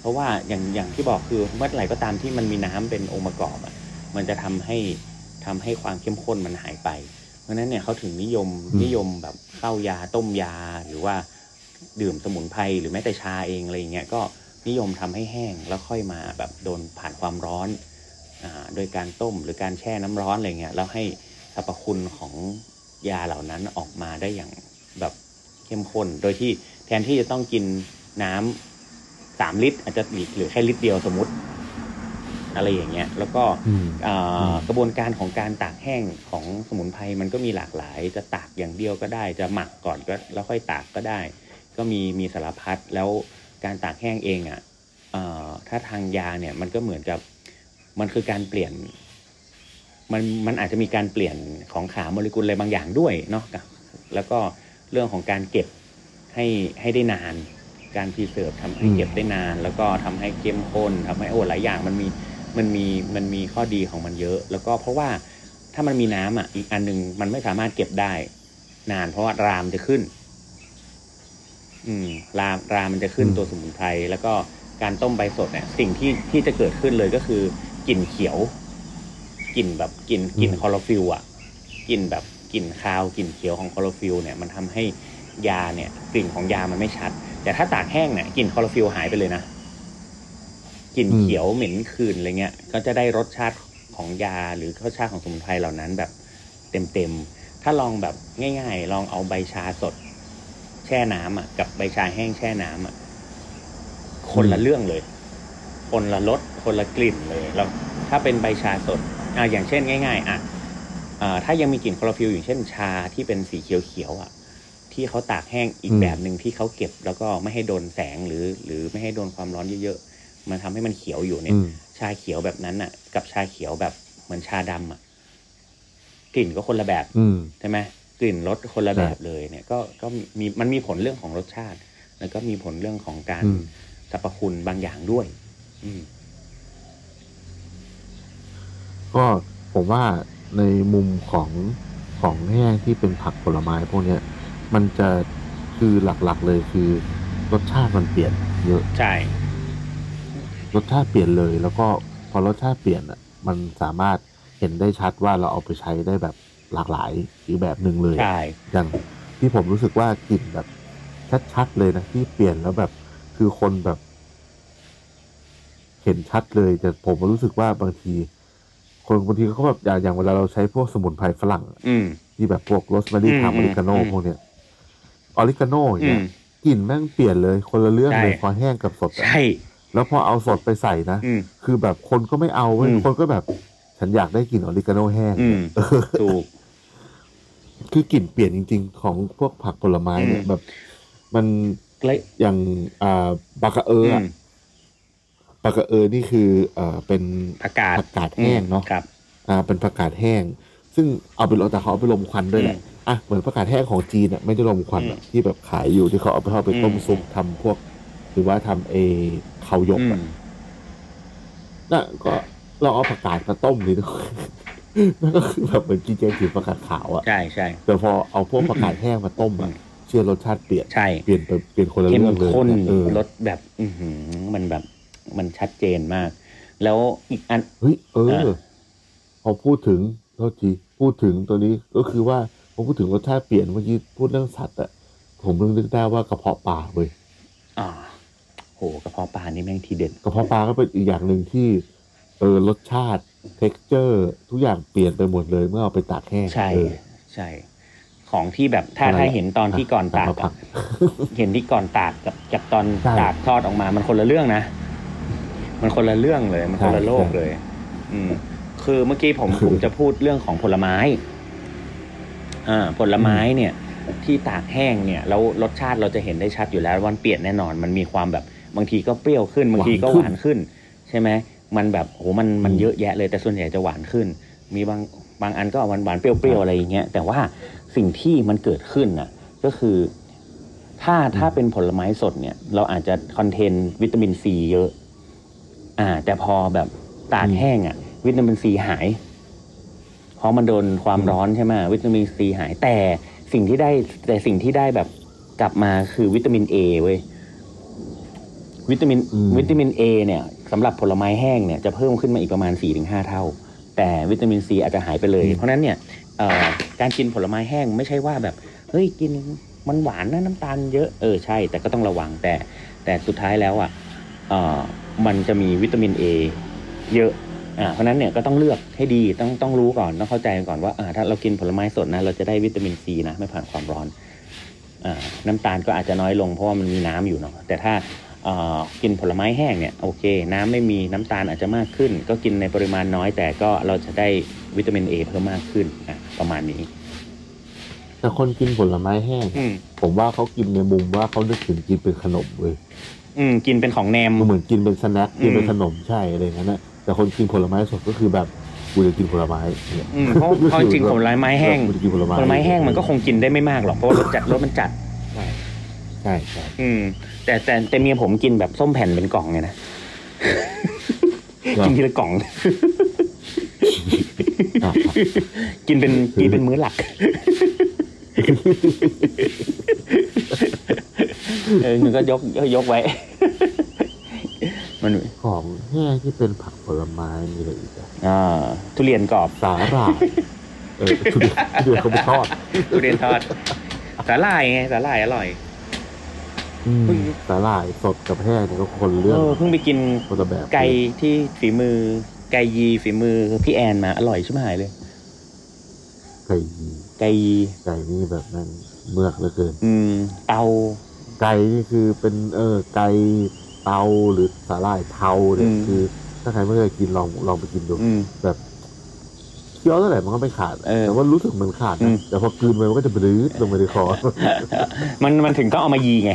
เพราะว่าอย่างอย่างที่บอกคือเมื่อไหร่ก็ตามที่มันมีน้ำเป็นองค์ประกอบอ่ะ มันจะทำให้ทำให้ความเข้มข้นมันหายไป เพราะฉะนั้นเนี่ยเขาถึงนิยมนิยมแบบเข้ายาต้มยาหรือว่าดื่มสมุนไพรหรือแม้แต่ชาเองอะไรอย่างเงี้ยก็นิยมทำให้แห้งแล้วค่อยมาแบบโดนผ่านความร้อนอ่าโดยการต้มหรือการแช่น้ำร้อนอะไรเงี้ยแล้วให้สรรพคุณของยาเหล่านั้นออกมาได้อย่างแบบเข้มข้น โดยที่แทนที่จะต้องกินน้ำสามลิตร อาจจะเหลือแค่ลิตรเดียวสมมติ อะไรอย่างเงี้ยแล้วก็ ๆ อืม อ่า อืม กระบวนการของการตากแห้งของสมุนไพรมันก็มีหลากหลาย จะตากอย่างเดียวก็ได้ จะหมักก่อนก็แล้วค่อยตากก็ได้ ก็มีมีสารพัดแล้วการตากแห้งเองอ่ะเอ่อถ้าทางยาเนี่ยมันก็เหมือนกับมันคือการเปลี่ยน มันมันอาจจะมีการเปลี่ยนของขาโมเลกุลอะไรบางอย่างด้วยเนาะกับแล้วก็เรื่องของการเก็บให้ให้ได้นาน การพรีเซิร์ฟทำให้ อืม เก็บได้นาน แล้วก็ทำให้เข้มข้นทำให้โอ้หลายอย่างมันมีมันมีมันมีข้อดีของมันเยอะ แล้วก็เพราะว่าถ้ามันมีน้ำอ่ะอีกอันหนึ่งมันไม่สามารถเก็บได้ นานเพราะว่ารามจะขึ้น อืมรามรามมันจะขึ้น อืม ตัวสมุนไพรแล้วก็การต้มใบสดเนี่ย สิ่งที่ที่จะเกิดขึ้นเลยก็คือกลิ่นเขียวกลิ่นแบบกลิ่นกลิ่นคลอโรฟิลล์อ่ะกลิ่นแบบกลิ่นคาวกลิ่นเขียวของคลอโรฟิลล์เนี่ยมันทำให้ยาเนี่ย กลิ่นของยามันไม่ชัด แต่ถ้าตากแห้งเนี่ยกลิ่นคลอโรฟิลล์หายไปเลยนะกลิ่น อืม เขียวเหม็นคืนอะไรเงี้ย ก็จะได้รสชาติของยาหรือรสชาติของสมุนไพรเหล่านั้นแบบเต็มเต็มๆ ถ้าลองแบบง่าย ๆ ลองเอาใบชาสด แช่น้ำอ่ะ กับใบชาแห้งแช่น้ำอ่ะ คนละเรื่องเลย คนละรสคนละกลิ่นเลยแล้วถ้าเป็นใบชาสดอ่ะอย่างเช่นง่าย ๆ อ่ะเอ่อถ้ายังมีกลิ่นคลอโรฟิลล์อย่างเช่นชาที่เป็นสีเขียวๆอ่ะ ที่เขาตากแห้งอีก อืม แบบหนึ่งที่เขาเก็บ แล้วก็ไม่ให้โดนแสงหรือ หรือไม่ให้โดนความร้อนเยอะๆมันทำให้มันเขียวอยู่เนี่ย อืม ชาเขียวแบบนั้นอ่ะ กับชาเขียวแบบเหมือนชาดำอ่ะกลิ่นก็คนละแบบ อืม ใช่ไหมกลิ่นรสคนละ ใช่ แบบเลยเนี่ยก็ก็มีมันมีผลเรื่องของรสชาติ แล้วก็มีผลเรื่องของการ อืม สรรพคุณบางอย่างด้วย อืม ก็ผมว่าในมุมของของแห้งที่เป็นผักผลไม้พวกเนี้ยมันจะคือหลักๆเลยคือรสชาติมันเปลี่ยนเยอะ ใช่ รสชาติเปลี่ยนเลย แล้วก็พอรสชาติเปลี่ยนอ่ะมันสามารถเห็นได้ชัดว่าเราเอาไปใช้ได้แบบหลากหลายอีกแบบหนึ่งเลย ใช่ อย่างที่ผมรู้สึกว่ากลิ่นแบบชัดๆเลยนะที่เปลี่ยนแล้วแบบคือคนแบบ เห็นชัดเลย แต่ผมรู้สึกว่าบางที คนบางทีเขาก็แบบอย่างอย่างเวลาเราใช้พวกสมุนไพรฝรั่งอะ อืม ที่แบบพวกโรสแมรี่ อืม ทำออริกาโน อืม พวกเนี้ยออริกาโนอย่างอืเงี้ ม ยกลิ่นแม่งเปลี่ยนเลย คนละเรื่องเลย ใช่ พอแห้งกับสดอะ ใช่ แล้วพอเอาสดไปใส่นะ อืม คือแบบคนก็ไม่เอาเว้ย อืม คนก็แบบ ฉันอยากได้กลิ่นออริกาโนแห้ง อื เนี่ย มถูก คือกลิ่นเปลี่ยนจริง ๆ ของพวกผักผลไม้เนี่ย อืม แบบ มัน เลย อย่างอ่าบากะเอออะ อืม บากะเออนี่คือเอ่อเป็น ผักกาด ผักกาดแห้งเนาะ ครับ อ่าเป็นผักกาดแห้ง ซึ่งเอาไปลดแต่เขาเอาไปลมควันด้วยแหละอ่ะเหมือนผักกาดแห้งของจีนอ่ะไม่ได้ลมควันอะที่แบบขายอยู่ที่เขาเอาไปทอดไปต้ม อืม ซุปทำพวก หรือว่าทำเอเขาหยก อืม อะน่ะก็เราเอาผักกาดมาต้มเลย นะ นั่นก็คือแบบเหมือนกินแกงจืดผักกาดขาวอ่ะ ใช่ใช่ แต่พอเอาพวกผักกาดแห้งมาต้ม อื อ่ะ ม เชื่อรสชาติเปลี่ยน ใช่ เปลี่ยนไปเปลี่ยนคนละ เข้ เรื่ ม องเลย ข้น เออ รสแบบ อือหือมันแบบมันชัดเจนมาก แล้วอีกอัน เฮ้ยเออ เออ พอพูดถึงโทษทีพูดถึงตัวนี้ก็คือว่าพอพูดถึงรสชาติเปลี่ยนเมื่อกี้พูดเรื่องสัตว์อ่ะผมเพิ่งนึกได้ว่ากระเพาะปลาเว้ย อ่าโหกระเพาะปลานี่แม่งทีเด็ด กระเพาะปลาก็เป็นอีกอย่างหนึ่งที่เออรสชาติ t e x t อร์ ทุกอย่างเปลี่ยนไปหมดเลยเมื่อเอาไปตากแห้ง ใช่ เออ ใช่ ของที่แบบถ้า อะไร ถ้าเห็นตอนที่ก่อนตาก ผั อะ ก เห็นที่ก่อนตากกับกับตอน ใช่ ตากทอดออกมา มันคนละเรื่องนะ มันคนละเรื่องเลย มันคนละ ใช่ โลกเลย อืม คือเมื่อกี้ผม คือ ผมจะพูดเรื่องของผลไม้ อ่าผลไม้เนี่ย ที่ตากแห้งเนี่ยแล้วรสชาติเราจะเห็นได้ชัดอยู่แล้วว่ามันเปลี่ยนแน่นอน มันมีความแบบบางทีก็เปรี้ยวขึ้นบางทีก็หวานขึ้น ใช่ไหมมันแบบโหมันมันเยอะแยะเลยแต่ส่วนใหญ่จะหวานขึ้น มีบางบางอันก็หวานหวานๆเปรี้ยวๆอะไรอย่างเงี้ยแต่ว่าสิ่งที่มันเกิดขึ้นน่ะก็คือถ้าถ้าเป็นผลไม้สดเนี่ย เราอาจจะคอนเทนต์วิตามินซีเยอะ อ่า แต่พอแบบตากแห้งอ่ะ วิตามินซีหาย เพราะมันโดนความร้อนใช่ไหมวิตามินซีหายแต่สิ่งที่ได้แต่สิ่งที่ได้แบบกลับมาคือวิตามินเอเว้ยวิตามิน อืม วิตามินเอเนี่ยสำหรับผลไม้แห้งเนี่ยจะเพิ่มขึ้นมาอีกประมาณ4ี่ถึงห้าเท่า แต่วิตามินซีอาจจะหายไปเลย เพราะฉะนั้นเนี่ยเอ่อการกินผลไม้แห้งไม่ใช่ว่าแบบ เฮ้ยกินมันหวานนะน้ำตาลเยอะเออใช่ แต่ก็ต้องระวังแต่ แต่สุดท้ายแล้วอ่ะเอ่อมันจะมีวิตามิน A เยอะอ่าเพราะฉะนั้นเนี่ยก็ต้องเลือกให้ดีต้องต้องรู้ก่อนต้องเข้าใจก่อนว่าอ่าถ้าเรากินผลไม้สดนะ เราจะได้วิตามินซีนะไม่ผ่านความร้อนอ่าน้ำตาลก็อาจจะน้อยลงเพราะว่ามันมีน้ำอยู่เนาะแต่ถ้าเอ่อกินผลไม้แห้งเนี่ยโอเค น้ำไม่มีน้ำตาลอาจจะมากขึ้น ก็กินในปริมาณน้อย แต่ก็เราจะได้วิตามิน A เพิ่มมากขึ้นอ่ะประมาณนี้ แต่คนกินผลไม้แห้ง อืม ผมว่าเขากินในมุมว่าเขานึกถึงกินเป็นขนมเว้ย อืมกินเป็นของแนม มันเหมือนกินเป็นสแน็คกินเป็น อืม ขนมใช่อะไรอย่างนั้นนะแต่คนกินผลไม้สดก็คือแบบกูจะกินผลไม้เนี่ย อืมเพราะเพราะจริงๆผลไม้แห้ง กูจะกินผลไม้ ผลไม้แห้งมันก็คงกินได้ไม่มากหรอกเพราะว่ารสจัดรสมันจัด ใช่ใช่ อืม แต่แต่แต่เมียผมกินแบบส้มแผ่นเป็นกล่องไงนะกินทีละกล่อง อ่ะ กินเป็นกินเป็นมื้อหลักเออมันก็ยกยกไว้ มัน ของแห้งที่เป็นผักผลไม้มีอะไรอีกอะ อ่าทุเรียนกรอบ สาห ร่ายเออทุเรียนทุเรียนเขาไปทอด ทุเรียนทอดสาหร่ายไงสาหร่ายอร่อย อืมสาหร่ายสดกับแห้งเนี่ยก็คนละเรื่อง เออเพิ่งไปกิน คนละแบบ ไก่ที่ฝีมือ ไก่ยีฝีมือพี่แอนมาอร่อยชิบหายเลย ไก่ ไก่ยี ไก่นี่แบบแม่งเมือกเหลือเกิน อืม เตา ไก่นี่คือเป็นเออไก่เตาหรือสาหร่ายเทาเนี่ย อืม คือ ถ้าใครไม่เคยกินลองลองไปกินดู อืม แบบเคี้ยวเท่าไหร่มันก็ไม่ขาด เออ แต่ว่ารู้สึกเหมือนขาด อื นะ ม แต่พอกลืนไปมันก็จะบรื้ดลงไปในคอ มันมันถึงต้องเอามายีไง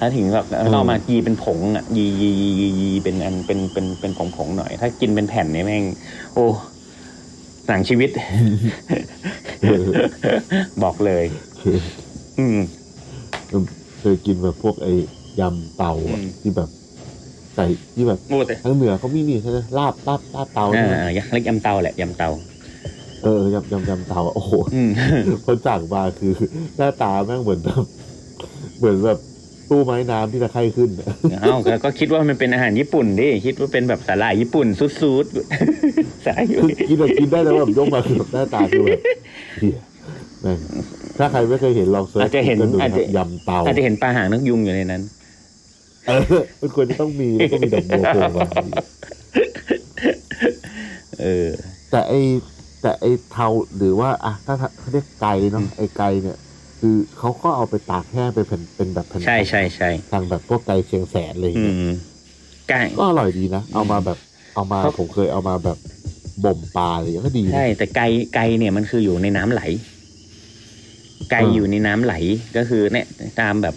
ถ้าถึงแบบต้องเอามายีเป็นผงอ่ะยียียียียีเป็นอันเป็นเป็นเป็นผงผงๆหน่อย ถ้ากินเป็นแผ่นเนี่ยแม่ง โอ้หนังชีวิต บอกเลย อืม เคยกินแบบพวกไอ้ยำเตาอะ อืม ที่แบบใส่ที่แบบ โอ้แต่ ทางเหนือเขามีนี่ใช่ไหมลาบลาบลาบเตา อ่า ใช่ไหม อ่าเล็กยำเตาแหละยำเตา เออยำยำยำเตาอะโอ้โห อืม คนจากมาคือหน้าตาแม่งเหมือนแบบเหมือนแบบตู้ไม้น้ำที่ตะไคร่ขึ้นอะ เอ้าแล้วก็คิดว่ามันเป็นอาหารญี่ปุ่นดิคิดว่าเป็นแบบสาหร่ายญี่ปุ่นซุดๆ สาหร่ายญี่ คื ปุ่ อน กินแบบกินได้แล้วแบบยกมาคือแบบหน้าตาคือแบบเหี้ยแม่งถ้าใครไม่เคยเห็นลองเซิร์ช อาจจะเห็น กันดู อาจ ค จะ รับยำเตา อาจจะเห็นปลาหางนกยุงอยู่ในนั้น เออมันควรจะต้องมีแล้วก็มีดอกบัวโผล่มา เออ แต่ไอแต่ไอเทาหรือว่าอ่ะถ้าเขาเรียกไก่เนาะไอไก่เนี่ย คือเขาก็เอาไปตากแห้งไปเป็นเป็นแบบแผ่นๆ ใช่ใช่ใช่ ทางแบบพวกไก่เชียงแสนอะไรอย่างเงีอื้ย มไก่ ก็อร่อยดีนะ เอามาแบบ เอามา ครับ ผมเคยเอามาแบบบ่มปลาอะไรอย่างเงี้ยก็ดีนะ ใช่แต่ไก่ไก่เนี่ยมันคืออยู่ในน้ำไหล ไก่ อืม อยู่ในน้ำไหลก็คือเนี่ยตามแบบ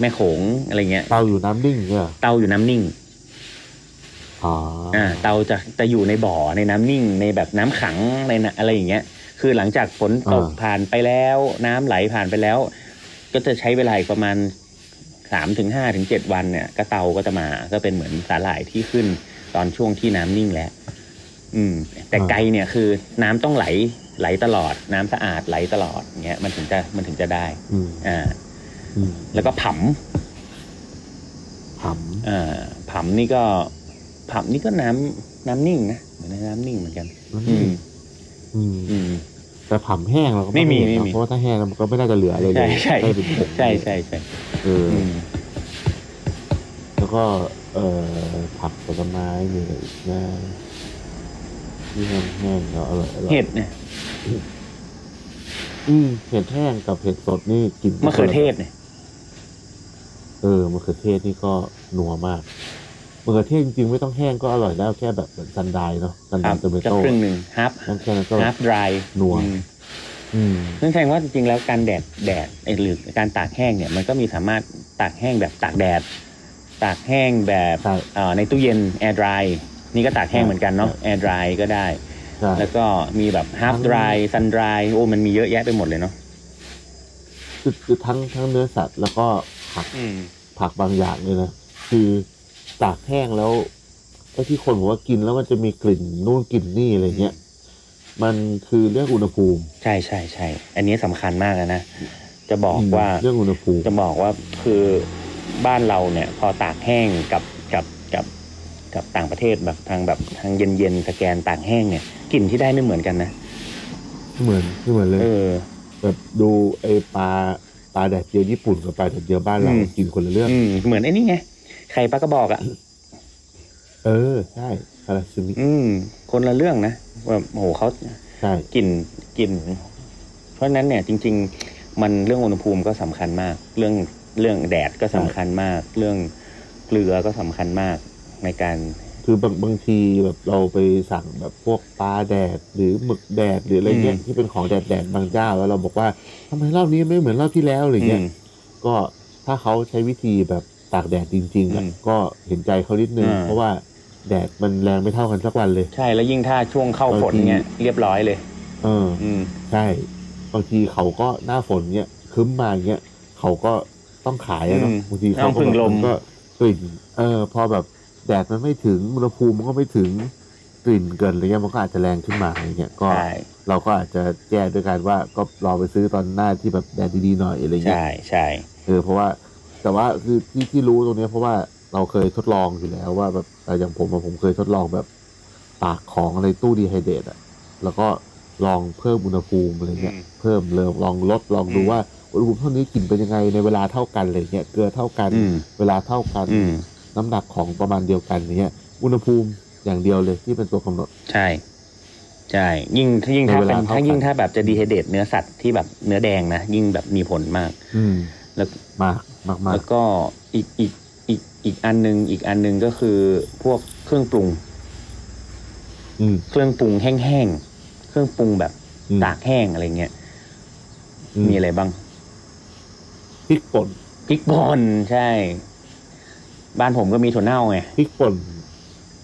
แม่โขงอะไรเงี้ย เตาอยู่น้ำนิ่งเนี่ย เตาอยู่น้ำนิ่ง อ๋ออ อ่า เตาจะจะอยู่ในบ่อในน้ำนิ่ง ในแบบน้ำขังในน่ะอะไรอย่างเงี้ย คือหลังจากฝนตกผ่านไปแล้ว น้ำไหลผ่านไปแล้ว ก็จะใช้เวลาอีกประมาณสามถึงห้าถึงเจ็ดวันเนี่ยก็เตาก็จะมาก็เป็นเหมือนสาหร่ายที่ขึ้น ตอนช่วงที่น้ำนิ่งแล้ว อืม แต่ไกลเนี่ยคือ น้ำต้องไหลไหลตลอด น้ำสะอาดไหลตลอดเงี้ยมันถึงจะมันถึงจะได้ อืม อ่า อืม แล้วก็ผำ ทำ อ่าผำนี่ก็ผำนี่ก็น้ำน้ำนิ่งนะเหมือนในน้ำนิ่งเหมือนกัน อืม อืม อืม แต่ผำแห้งเราก็ ไม่มี เห็น ไม่มี นะเพราะว่าถ้าแห้งแล้วมันก็ไม่น่าจะเหลืออะไรเล ใช่ ย ใช่ ได้เป็นผง ใช่ใช่ใช่ เออ อื อ ม แล้วก็ เอ่อผักผลไม้มีอะไรอีกนะที่แห้งๆเราอร่อยอร่อย เห็ดเนี่ย อืมเห็ดแห้งกับเห็ดสดนี่กลิน มะเขือเทศเนี่ย เออมะเขือเทศนี่ก็นัวมากมะเขือเทศจริงๆไม่ต้องแห้งก็อร่อยแล้วแค่แบบเหมือนซันไดเนาะซัน ค ได รับ เตเม จะ โต้ ครึ่งหนึ่งฮับ นั่นแค่นั้นก็ ฮับดราย นัว อืม นั่นแสดงว่าจริงๆแล้วการแดดแดดเอ่อหรือการตากแห้งเนี่ยมันก็มีสามารถตากแห้งแบบตากแดด ตากแห้งแบบ ใช่ เอ่อในตู้เย็นแอร์ดรายนี่ก็ตากแห้ง ใช่ เหมือนกันเนาะ ใช่ แอร์ดรายก็ได้ ใช่ แล้วก็มีแบบฮาร์ฟ ทั้ง ดรายซันดรายโอ้มันมีเยอะแยะไปหมดเลยเนาะ คือคือทั้งทั้งเนื้อสัตว์แล้วก็ผัก ผักบางอย่างเลยนะ คือตากแห้งแล้วไอ้ที่คนบอกว่ากินแล้วมันจะมีกลิ่นนู่นกลิ่นนี่อะไรเงี้ยมันคือเรื่องอุณหภูมิ ใช่ใช่ใช่อันนี้สำคัญมากเลยนะ จะบอก ม ว่า เรื่องอุณหภูมิ จะบอกว่าคือบ้านเราเนี่ย พอตากแห้งกับกับกับกับต่างประเทศแบบทางแบบทางเย็นเย็นๆสแกนตากแห้งเนี่ยกลิ่นที่ได้ไม่เหมือนกันนะ เหมือนเหมือนเล เอย อ แบบดูไอ้ปลาปลาแดดเดียวญี่ปุ่นกับปลาแดดเดียวบ้านเรา อืม กินคนละเรื่อง อืมเหมือนไอ้นี่ไงใครปลากระบอกอะ่ะ เออ ใช่คาราซูมิ อืม คนละเรื่องนะแบบโหเขา ใช่ กลิ่นกลิ่น เพราะฉะนั้นเนี่ยจริง ๆ มันเรื่องอุณหภูมิก็สำคัญมาก เรื่องเรื่องแดดก็สำคัญมาก เรื่องเกลือก็สำคัญมากในการ คือบางบางทีแบบเราไปสั่งแบบพวกปลาแดดหรือหมึกแดดหรืออะไรเงี้ยที่เป็นของแดดแดดบางเจ้าแล้วเราบอกว่าทำไมรอบนี้ไม่เหมือนรอบที่แล้วอะไรเงี้ย อืม ก็ถ้าเขาใช้วิธีแบบตากแดดจริงๆอะ อืม ก็เห็นใจเขานิดนึง อ่า เพราะว่าแดดมันแรงไม่เท่ากันสักวันเลย ใช่แล้วยิ่งถ้าช่วงเข้าฝนเนี่ยเรียบร้อยเลย เออ อืม ใช่บางทีเขาก็หน้าฝนเนี้ยครึ้มมาอย่างเงี้ยเขาก็ต้องขายอะเนาะ อืม บางทีเขาก็ ต้องพึ่ แบบ งลม มันก็กลิ่นเออ พอแบบแดดมันไม่ถึงอุณหภูมิมันก็ไม่ถึงกลิ่นเกินอะไรเงี้ยมันก็อาจจะแรงขึ้นมาอะไรเงี้ยก็ ใช่ เราก็อาจจะแก้ด้วยการว่าก็รอไปซื้อตอนหน้าที่แบบแดดดีๆหน่อยอะไรเงี้ย ใช่ใช่ เออเพราะว่าแต่ว่าคือที่ที่รู้ตรงเนี้ยเพราะว่าเราเคยทดลองอยู่แล้วว่าแบบเอ่ออย่างผมอะผมเคยทดลองแบบตากของอะไรตู้ดีไฮเดรตอะแล้วก็ลองเพิ่มอุณหภูมิอะไรเงี้ยเพิ่มเริ่มลองลดลองดูว่าอุณหภูมิเท่านี้กลิ่นเป็นยังไงในเวลาเท่ากันอะไรเงี้ยเกลือเท่ากัน อืม เวลาเท่ากัน อืม น้ำหนักของประมาณเดียวกันอย่างเงี้ยอุณหภูมิอย่างเดียวเลยที่เป็นตัวกำหนด ใช่ ใช่ ยิ่งยิ่งถ้า ในเว เป็น ลาเท่า ถ้ายิ่ง กัน ถ้าแบบจะดีไฮเดตเนื้อสัตว์ที่แบบเนื้อแดงนะยิ่งแบบมีผลมาก อืม แล้ว มากมากมาก แล้วก็อีกอีกอีกอีกอันหนึงอีกอันหนึงก็คือพวกเครื่องปรุง อืม เครื่องปรุงแห้งๆ เครื่องปรุงแบบ อืม ตากแห้งอะไรเงี้ย มีอะไรบ้าง พริกป่น พริกป่นใช่ บ้านผมก็มีถั่วเน่าไง พริกป่น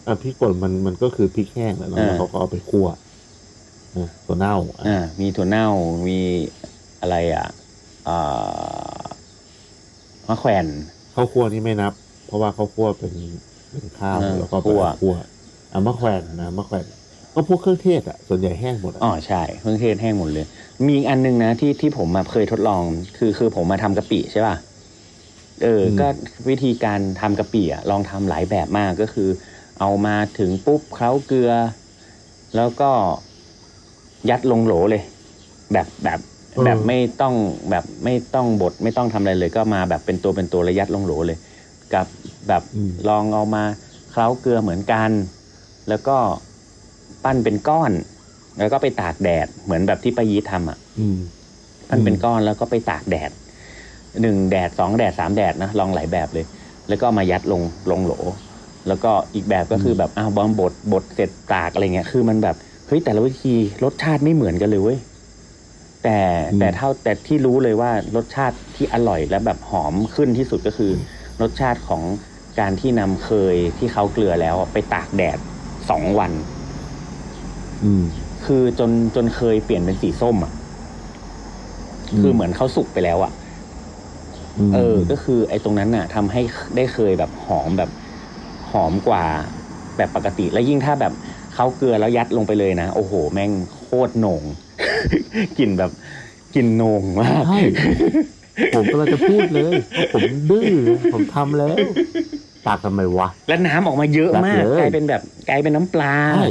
อ่ะพริกป่นมันมันก็คือพริกแห้งแหละเนอะ อ่า แล้วเขาก็เอาไปคั่วอ่ะตัวเน่าอ่ะ อ่า มีถั่วเน่า มีอะไรอ่ะอ่ามะแขวน ข้าวคั่วนี่ไม่นับ เพราะว่าข้าวคั่วเป็นเป็นข้าว เออ แล้วก็ คั่ เป็น ว คั่วอ่ะมะแขวนนะมะแขวนก็พวกเครื่องเทศอ่ะส่วนใหญ่แห้งหมดอ่ะ อ๋อใช่เครื่องเทศแห้งหมดเลย มีอีกอันหนึงนะที่ที่ผมมาเคยทดลอง คือคือผมมาทำกะปิใช่ป่ะเอออก็วิธีการทำกะปิอะลองทำหลายแบบมากก็คือ เอามาถึงปุ๊บเคล้าเกลือ แล้วก็ยัดลงโหลเลย แบบแบบแบบไม่ต้องแบบไม่ต้องบดไม่ต้องทำอะไรเลย ก็มาแบบเป็นตัวเป็นตัวแล้วยัดลงโหลเลย กับแบบลองเอามาเคล้าเกลือเหมือนกัน แล้วก็ปั้นเป็นก้อน แล้วก็ไปตากแดดเหมือนแบบที่ป้ายีทำอ่ะ อืม มันเป็นก้อนแล้วก็ไปตากแดดหนึ่งแดดสองแดดสามแดดนะลองหลายแบบเลย แล้วก็เอามายัดลงลงโหล แล้วก็อีกแบบก็คือแบบอ้าวบอมบดบดเสร็จตากอะไรเงี้ยคือมันแบบเฮ้ยแต่ละวิธีรสชาติไม่เหมือนกันเลยเว้ยแต่ อืม แต่เท่าแต่ที่รู้เลยว่ารสชาติที่อร่อยและแบบหอมขึ้นที่สุดก็คือ รสชาติของการที่นำเคยที่เขาเกลือแล้วอะไปตากแดดสองวัน อืม คือจนจนเคยเปลี่ยนเป็นสีส้มอ่ะ อืม คือเหมือนเขาสุกไปแล้วอ่ะ ม เออ ก็คือไอ้ตรงนั้นน่ะทำให้ได้เคยแบบหอมแบบหอมกว่าแบบปกติ แล้วยิ่งถ้าแบบเขาเกลือแล้วยัดลงไปเลยนะ โอ้โห แม่งโคตรโหนง กลิ่นแบบกลิ่นโหนง มาก ใช่ผมกำลังจะพูดเลยว่าผมดื้อผมทำแล้วตากทำไมวะ และน้ำออกมาเยอะมาก แบบเลย กลายเป็นแบบกลายเป็นน้ำปลา ใช่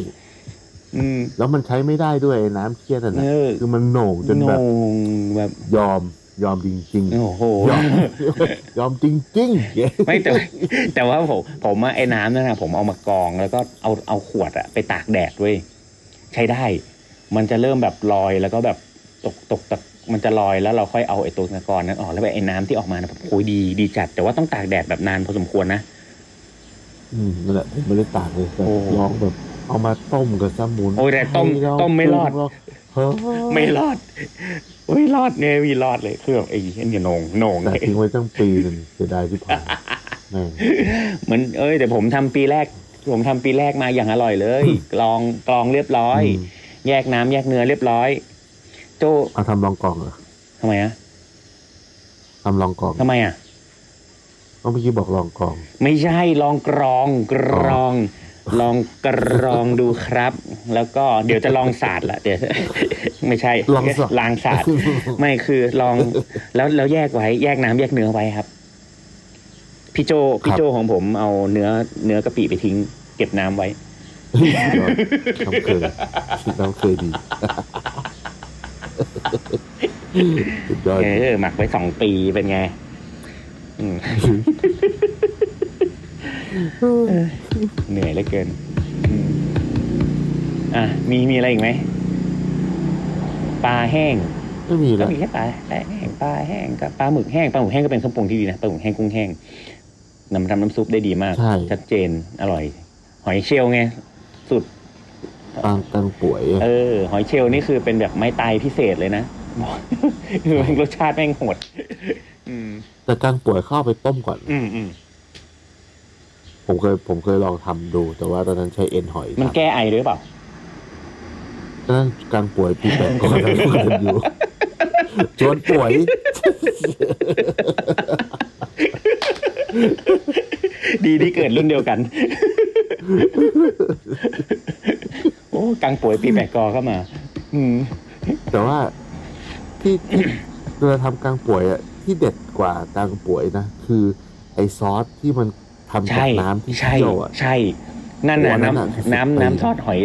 อืม แล้วมันใช้ไม่ได้ด้วยไอ้น้ำเคี่ยนนน่ะ เออ คือมันโหน่งจน โหน แบบ งแบบ ยอมยอมจริงๆ โอ้โห ยอม ยอมจริงๆเย้ ไม่แต่ว่าแต่ว่าผมผมว่าไอ้น้ำนั่นนะผมเอามากองแล้วก็เอาเอาขวดอะไปตากแดดเว้ยใช้ได้ มันจะเริ่มแบบลอยแล้วก็แบบตกตกตะ มันจะลอยแล้วเราค่อยเอาไอ้ตัวตะกอนนั้นออกแล้วไปไอ้น้ำที่ออกมานะแบบโอ้ยดีดีจัด แต่ว่าต้องตากแดดแบบนานพอสมควรนะ อืมนั่นแหละผมไม่ได้ตากเลยแบบ โอ้ ลองแบบเอามาต้มกับสมุน โอ้ยแต่ต้ม ไพรลอง ต้มไม่รอด ปงลงเฮ้ย ไม่รอดโอ้ยรอดเนี่ยมีรอดเลยคือแบบไอ้เหี้ยโหนงโหนง แต่ เนี่ย ทิ้งไว้ตั้งปีหนึ่งเสียดายที่ ผ่านแม่ง เหมือนเอ้ยแต่ผมทำปีแรก ผมทำปีแรกมาอย่างอร่อยเลย กรองกรองเรียบร้อย อืม แยกน้ำแยกเนื้อเรียบร้อย โจ เอาทำลองกองเหรอ ทำไมอะ ทำลองกอง ทำไมอะ เอ้าเมื่อกี้บอกลองกอง ไม่ใช่ลองกรองกรอง ลองกรองดูครับ แล้วก็เดี๋ยวจะลองศาสตร์ละเดี๋ยว ไม่ใช่ ลองศาสตร์ ลางศาสตร์ ไม่คือลองแล้วแล้วแยกไว้ แยกน้ำแยกเนื้อไว้ครับ พี่โจพี่โจของผมเอาเนื้อเนื้อกะปิไปทิ้ง เก็บน้ำไว้ น้ำเคยน้ำเคย ดีสุดยอด เออหมักไว้สองปีเป็นไงอืมเหนื่อยเหลือเกินอืมอ่ะมีมีอะไรอีกไหมปลาแห้ง ไม่มี ก็ แล้ว มีแค่ปลาปลาแห้งปลาแห้งกับปลาหมึกแห้งปลาหมึกแห้งก็เป็นเครื่องปรุงที่ดีนะปลาหมึกแห้งกุ้งแห้งน้ำทำน้ำซุปได้ดีมาก ใช่ ชัดเจนอร่อย หอยเชลล์ไงสุด ปางตังป่วย เออ หอยเชลล์นี่คือเป็นแบบไม้ตายพิเศษเลยนะ บอกคือแม่งรสชาติแม่งโหดอืม แต่ตังป่วยเข้าไปต้มก่อน อืมอืม ผมเคยผมเคยลองทำดู แต่ว่าตอนนั้นใช้เอ็นหอย มันแก้ไอด้วยเปล่า ตอนนั้นกังป่วยปีแปดก่อนแล้วก็เลย อยู่ชวนป่วย ดีที่เกิดรุ่นเดียวกัน โอ้กังป่วยปีแปดกอเข้ามา อืม แต่ว่าที่ที่เราทำกลางป่วยอะที่เด็ดกว่ากลางป่วยนะ คือไอซอสที่มันทำจาก ใช่ น้ำที่ ใช่ เคี่ยวอะ ใช่ นั่นโอ้น่ะอันนั้นน่ะคือ น้ำน้ำ สุดยอด น้ำซอสหอย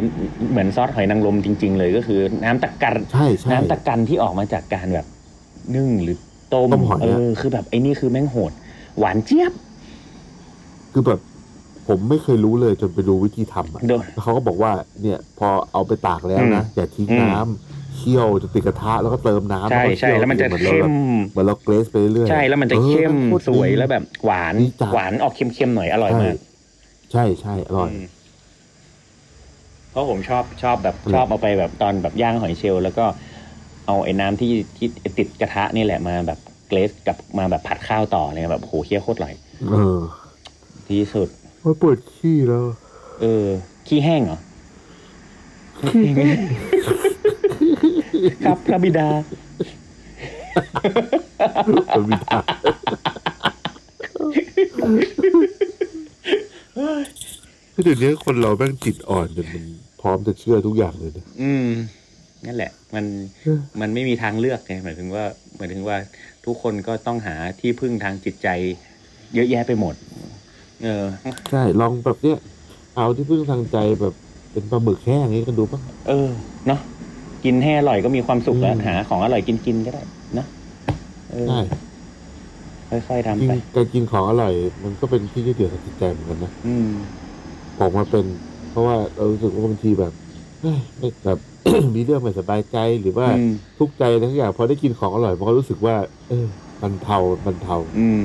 เหมือนซอสหอยนางรมจริง ๆ เลยก็คือ น้ำตะกัน ใช่ใช่ น้ำตะกันที่ออกมาจากการแบบนึ่งหรือต้ม ต้มหอยอะ เออคือแบบไอ้นี่คือแม่งโหด หวานเจี๊ยบ คือแบบผมไม่เคยรู้เลยจนไปดูวิธีทำอะ โดน แล้วเขาก็บอกว่าเนี่ยพอเอาไปตากแล้วนะ อย่าทิ้งน้ำเคี่ยวจนติดกระทะแล้วก็เติมน้ำ ใช่ ก็ ใช่ เคี่ย แล้วมันจะ เหมือนเรา เข้ แบ ม บเหมือนเราเกรสไปเรื่อยๆ ใช่แล้วมันจะ ออ เข้ม โคตร ส ดี วยแล้วแบบหวาน ดีจัด หวานออกเค็มๆหน่อยอร่อย ใช่ มาก ใช่ใช่อร่อย อืมเพราะผมชอบชอบแบบ อืม ชอบเอาไปแบบตอนแบบย่างหอยเชลล์แล้วก็เอาไอ้น้ำที่ที่ติดกระทะนี่แหละมาแบบเกรสกับมาแบบผัดข้าวต่อเลยแบบโหเคี้ยวโคตรอร่อย เออ ที่สุด โอ้ยปวดขี้แล้ว เออ ขี้แห้งเหรอ ครับพระบิดา เออมีทางคือเดี๋ยวนี้คนเราแม่งจิตอ่อนจนมันพร้อมจะเชื่อทุกอย่างเลยนะ อืม นั่นแหละ มัน เออ มันไม่มีทางเลือกไงหมายถึงว่าหมายถึงว่าทุกคนก็ต้องหาที่พึ่งทางจิตใจ เยอะแยะไปหมด เออ ใช่ ลองแบบเนี้ยเอาที่พึ่งทางใจแบบเป็นปลาหมึกแห้งอย่างนี้กันดูป่ะ เออเนาะกินให้อร่อยก็มีความสุขแล้ว อืม หาของอร่อยกินกินๆก็ได้เนาะเออ ใช่ ค่อยๆทำ กิน ไป การกินของอร่อยมันก็เป็นที่ยึดเหนี่ยวทางจิตใจเหมือนกันนะ อืม ผมมาเป็น เพราะว่าเรารู้สึกว่าบางทีแบบเอ้ยไม่แบบ มีเรื่องไม่สบายใจหรือว่า อืม ทุกข์ใจอะไรทุกอย่างพอได้กินของอร่อยมันก็รู้สึกว่า เออมันเทามันเทา อืม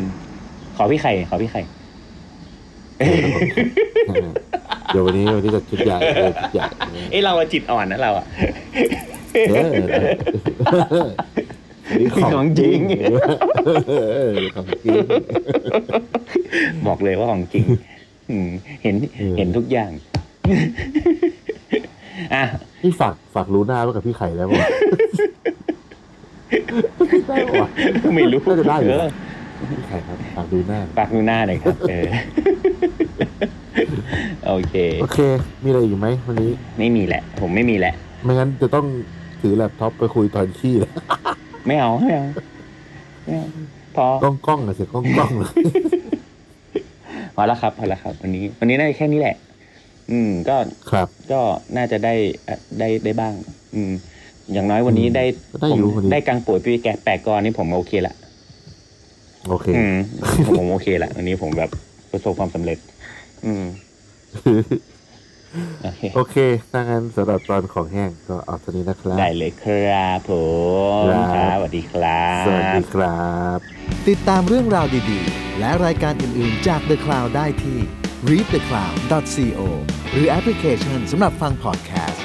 ขอพี่ไข่ ขอพี่ไข่ เดี๋ยววันนี้วันนี้จะชุดใหญ่เลยชุดใหญ่ เอ้ยเราอะจิตอ่อนนะเราอะ เออนี่ ของจริง เออของจริง บอกเลยว่าของจริง อืม เห็น เออ เห็นทุก อย่าง อ่ะ นี่ฝากฝากรู้หน้าไว้กับพี่ไข่แล้วป่ะได้ป่ะ ไม่รู้ น่าจะได้อยู่ เอ นะ อ พี่ไข่ครับฝากดูหน้า ปากดูหน้าหน่อยครับ เออ โอเค โอเค มีอะไรอีกไหมวันนี้ ไม่มีแหละ ผมไม่มีแหละ ไม่งั้นจะต้องถือแล็ปท็อปไปคุยตอนขี้แล้ว ไม่เอาไม่เอาไม่เอาพอ กล้องกล้องอะเสียงกล้องกล้องเลย พอแล้วครับพอแล้วครับ วันนี้ วันนี้น่าจะแค่นี้แหละ อืม ก็ ครับ ก็น่าจะได้เอ่อได้ได้บ้าง อืม อย่างน้อยวันนี้ได้ ก็ได้อยู่ ผม วันนี้ ได้กลางป่วยปีแกะแปดกรนี่ผมโอเคละ โอเค อืมผมผมโอเคละวันนี้ผมแบบประสบความสำเร็จ อืม โอเค โอเคถ้างั้นสำหรับตอนของแห้งก็เอาเท่านี้นะครับ ได้เลยครับผม ค ค รั รับ บสวัสดีครับ สวัสดีครับ ติดตามเรื่องราวดีๆ และรายการอื่นๆจาก The Cloud ได้ที่ readthecloud.co หรือแอปพลิเคชันสำหรับฟัง podcast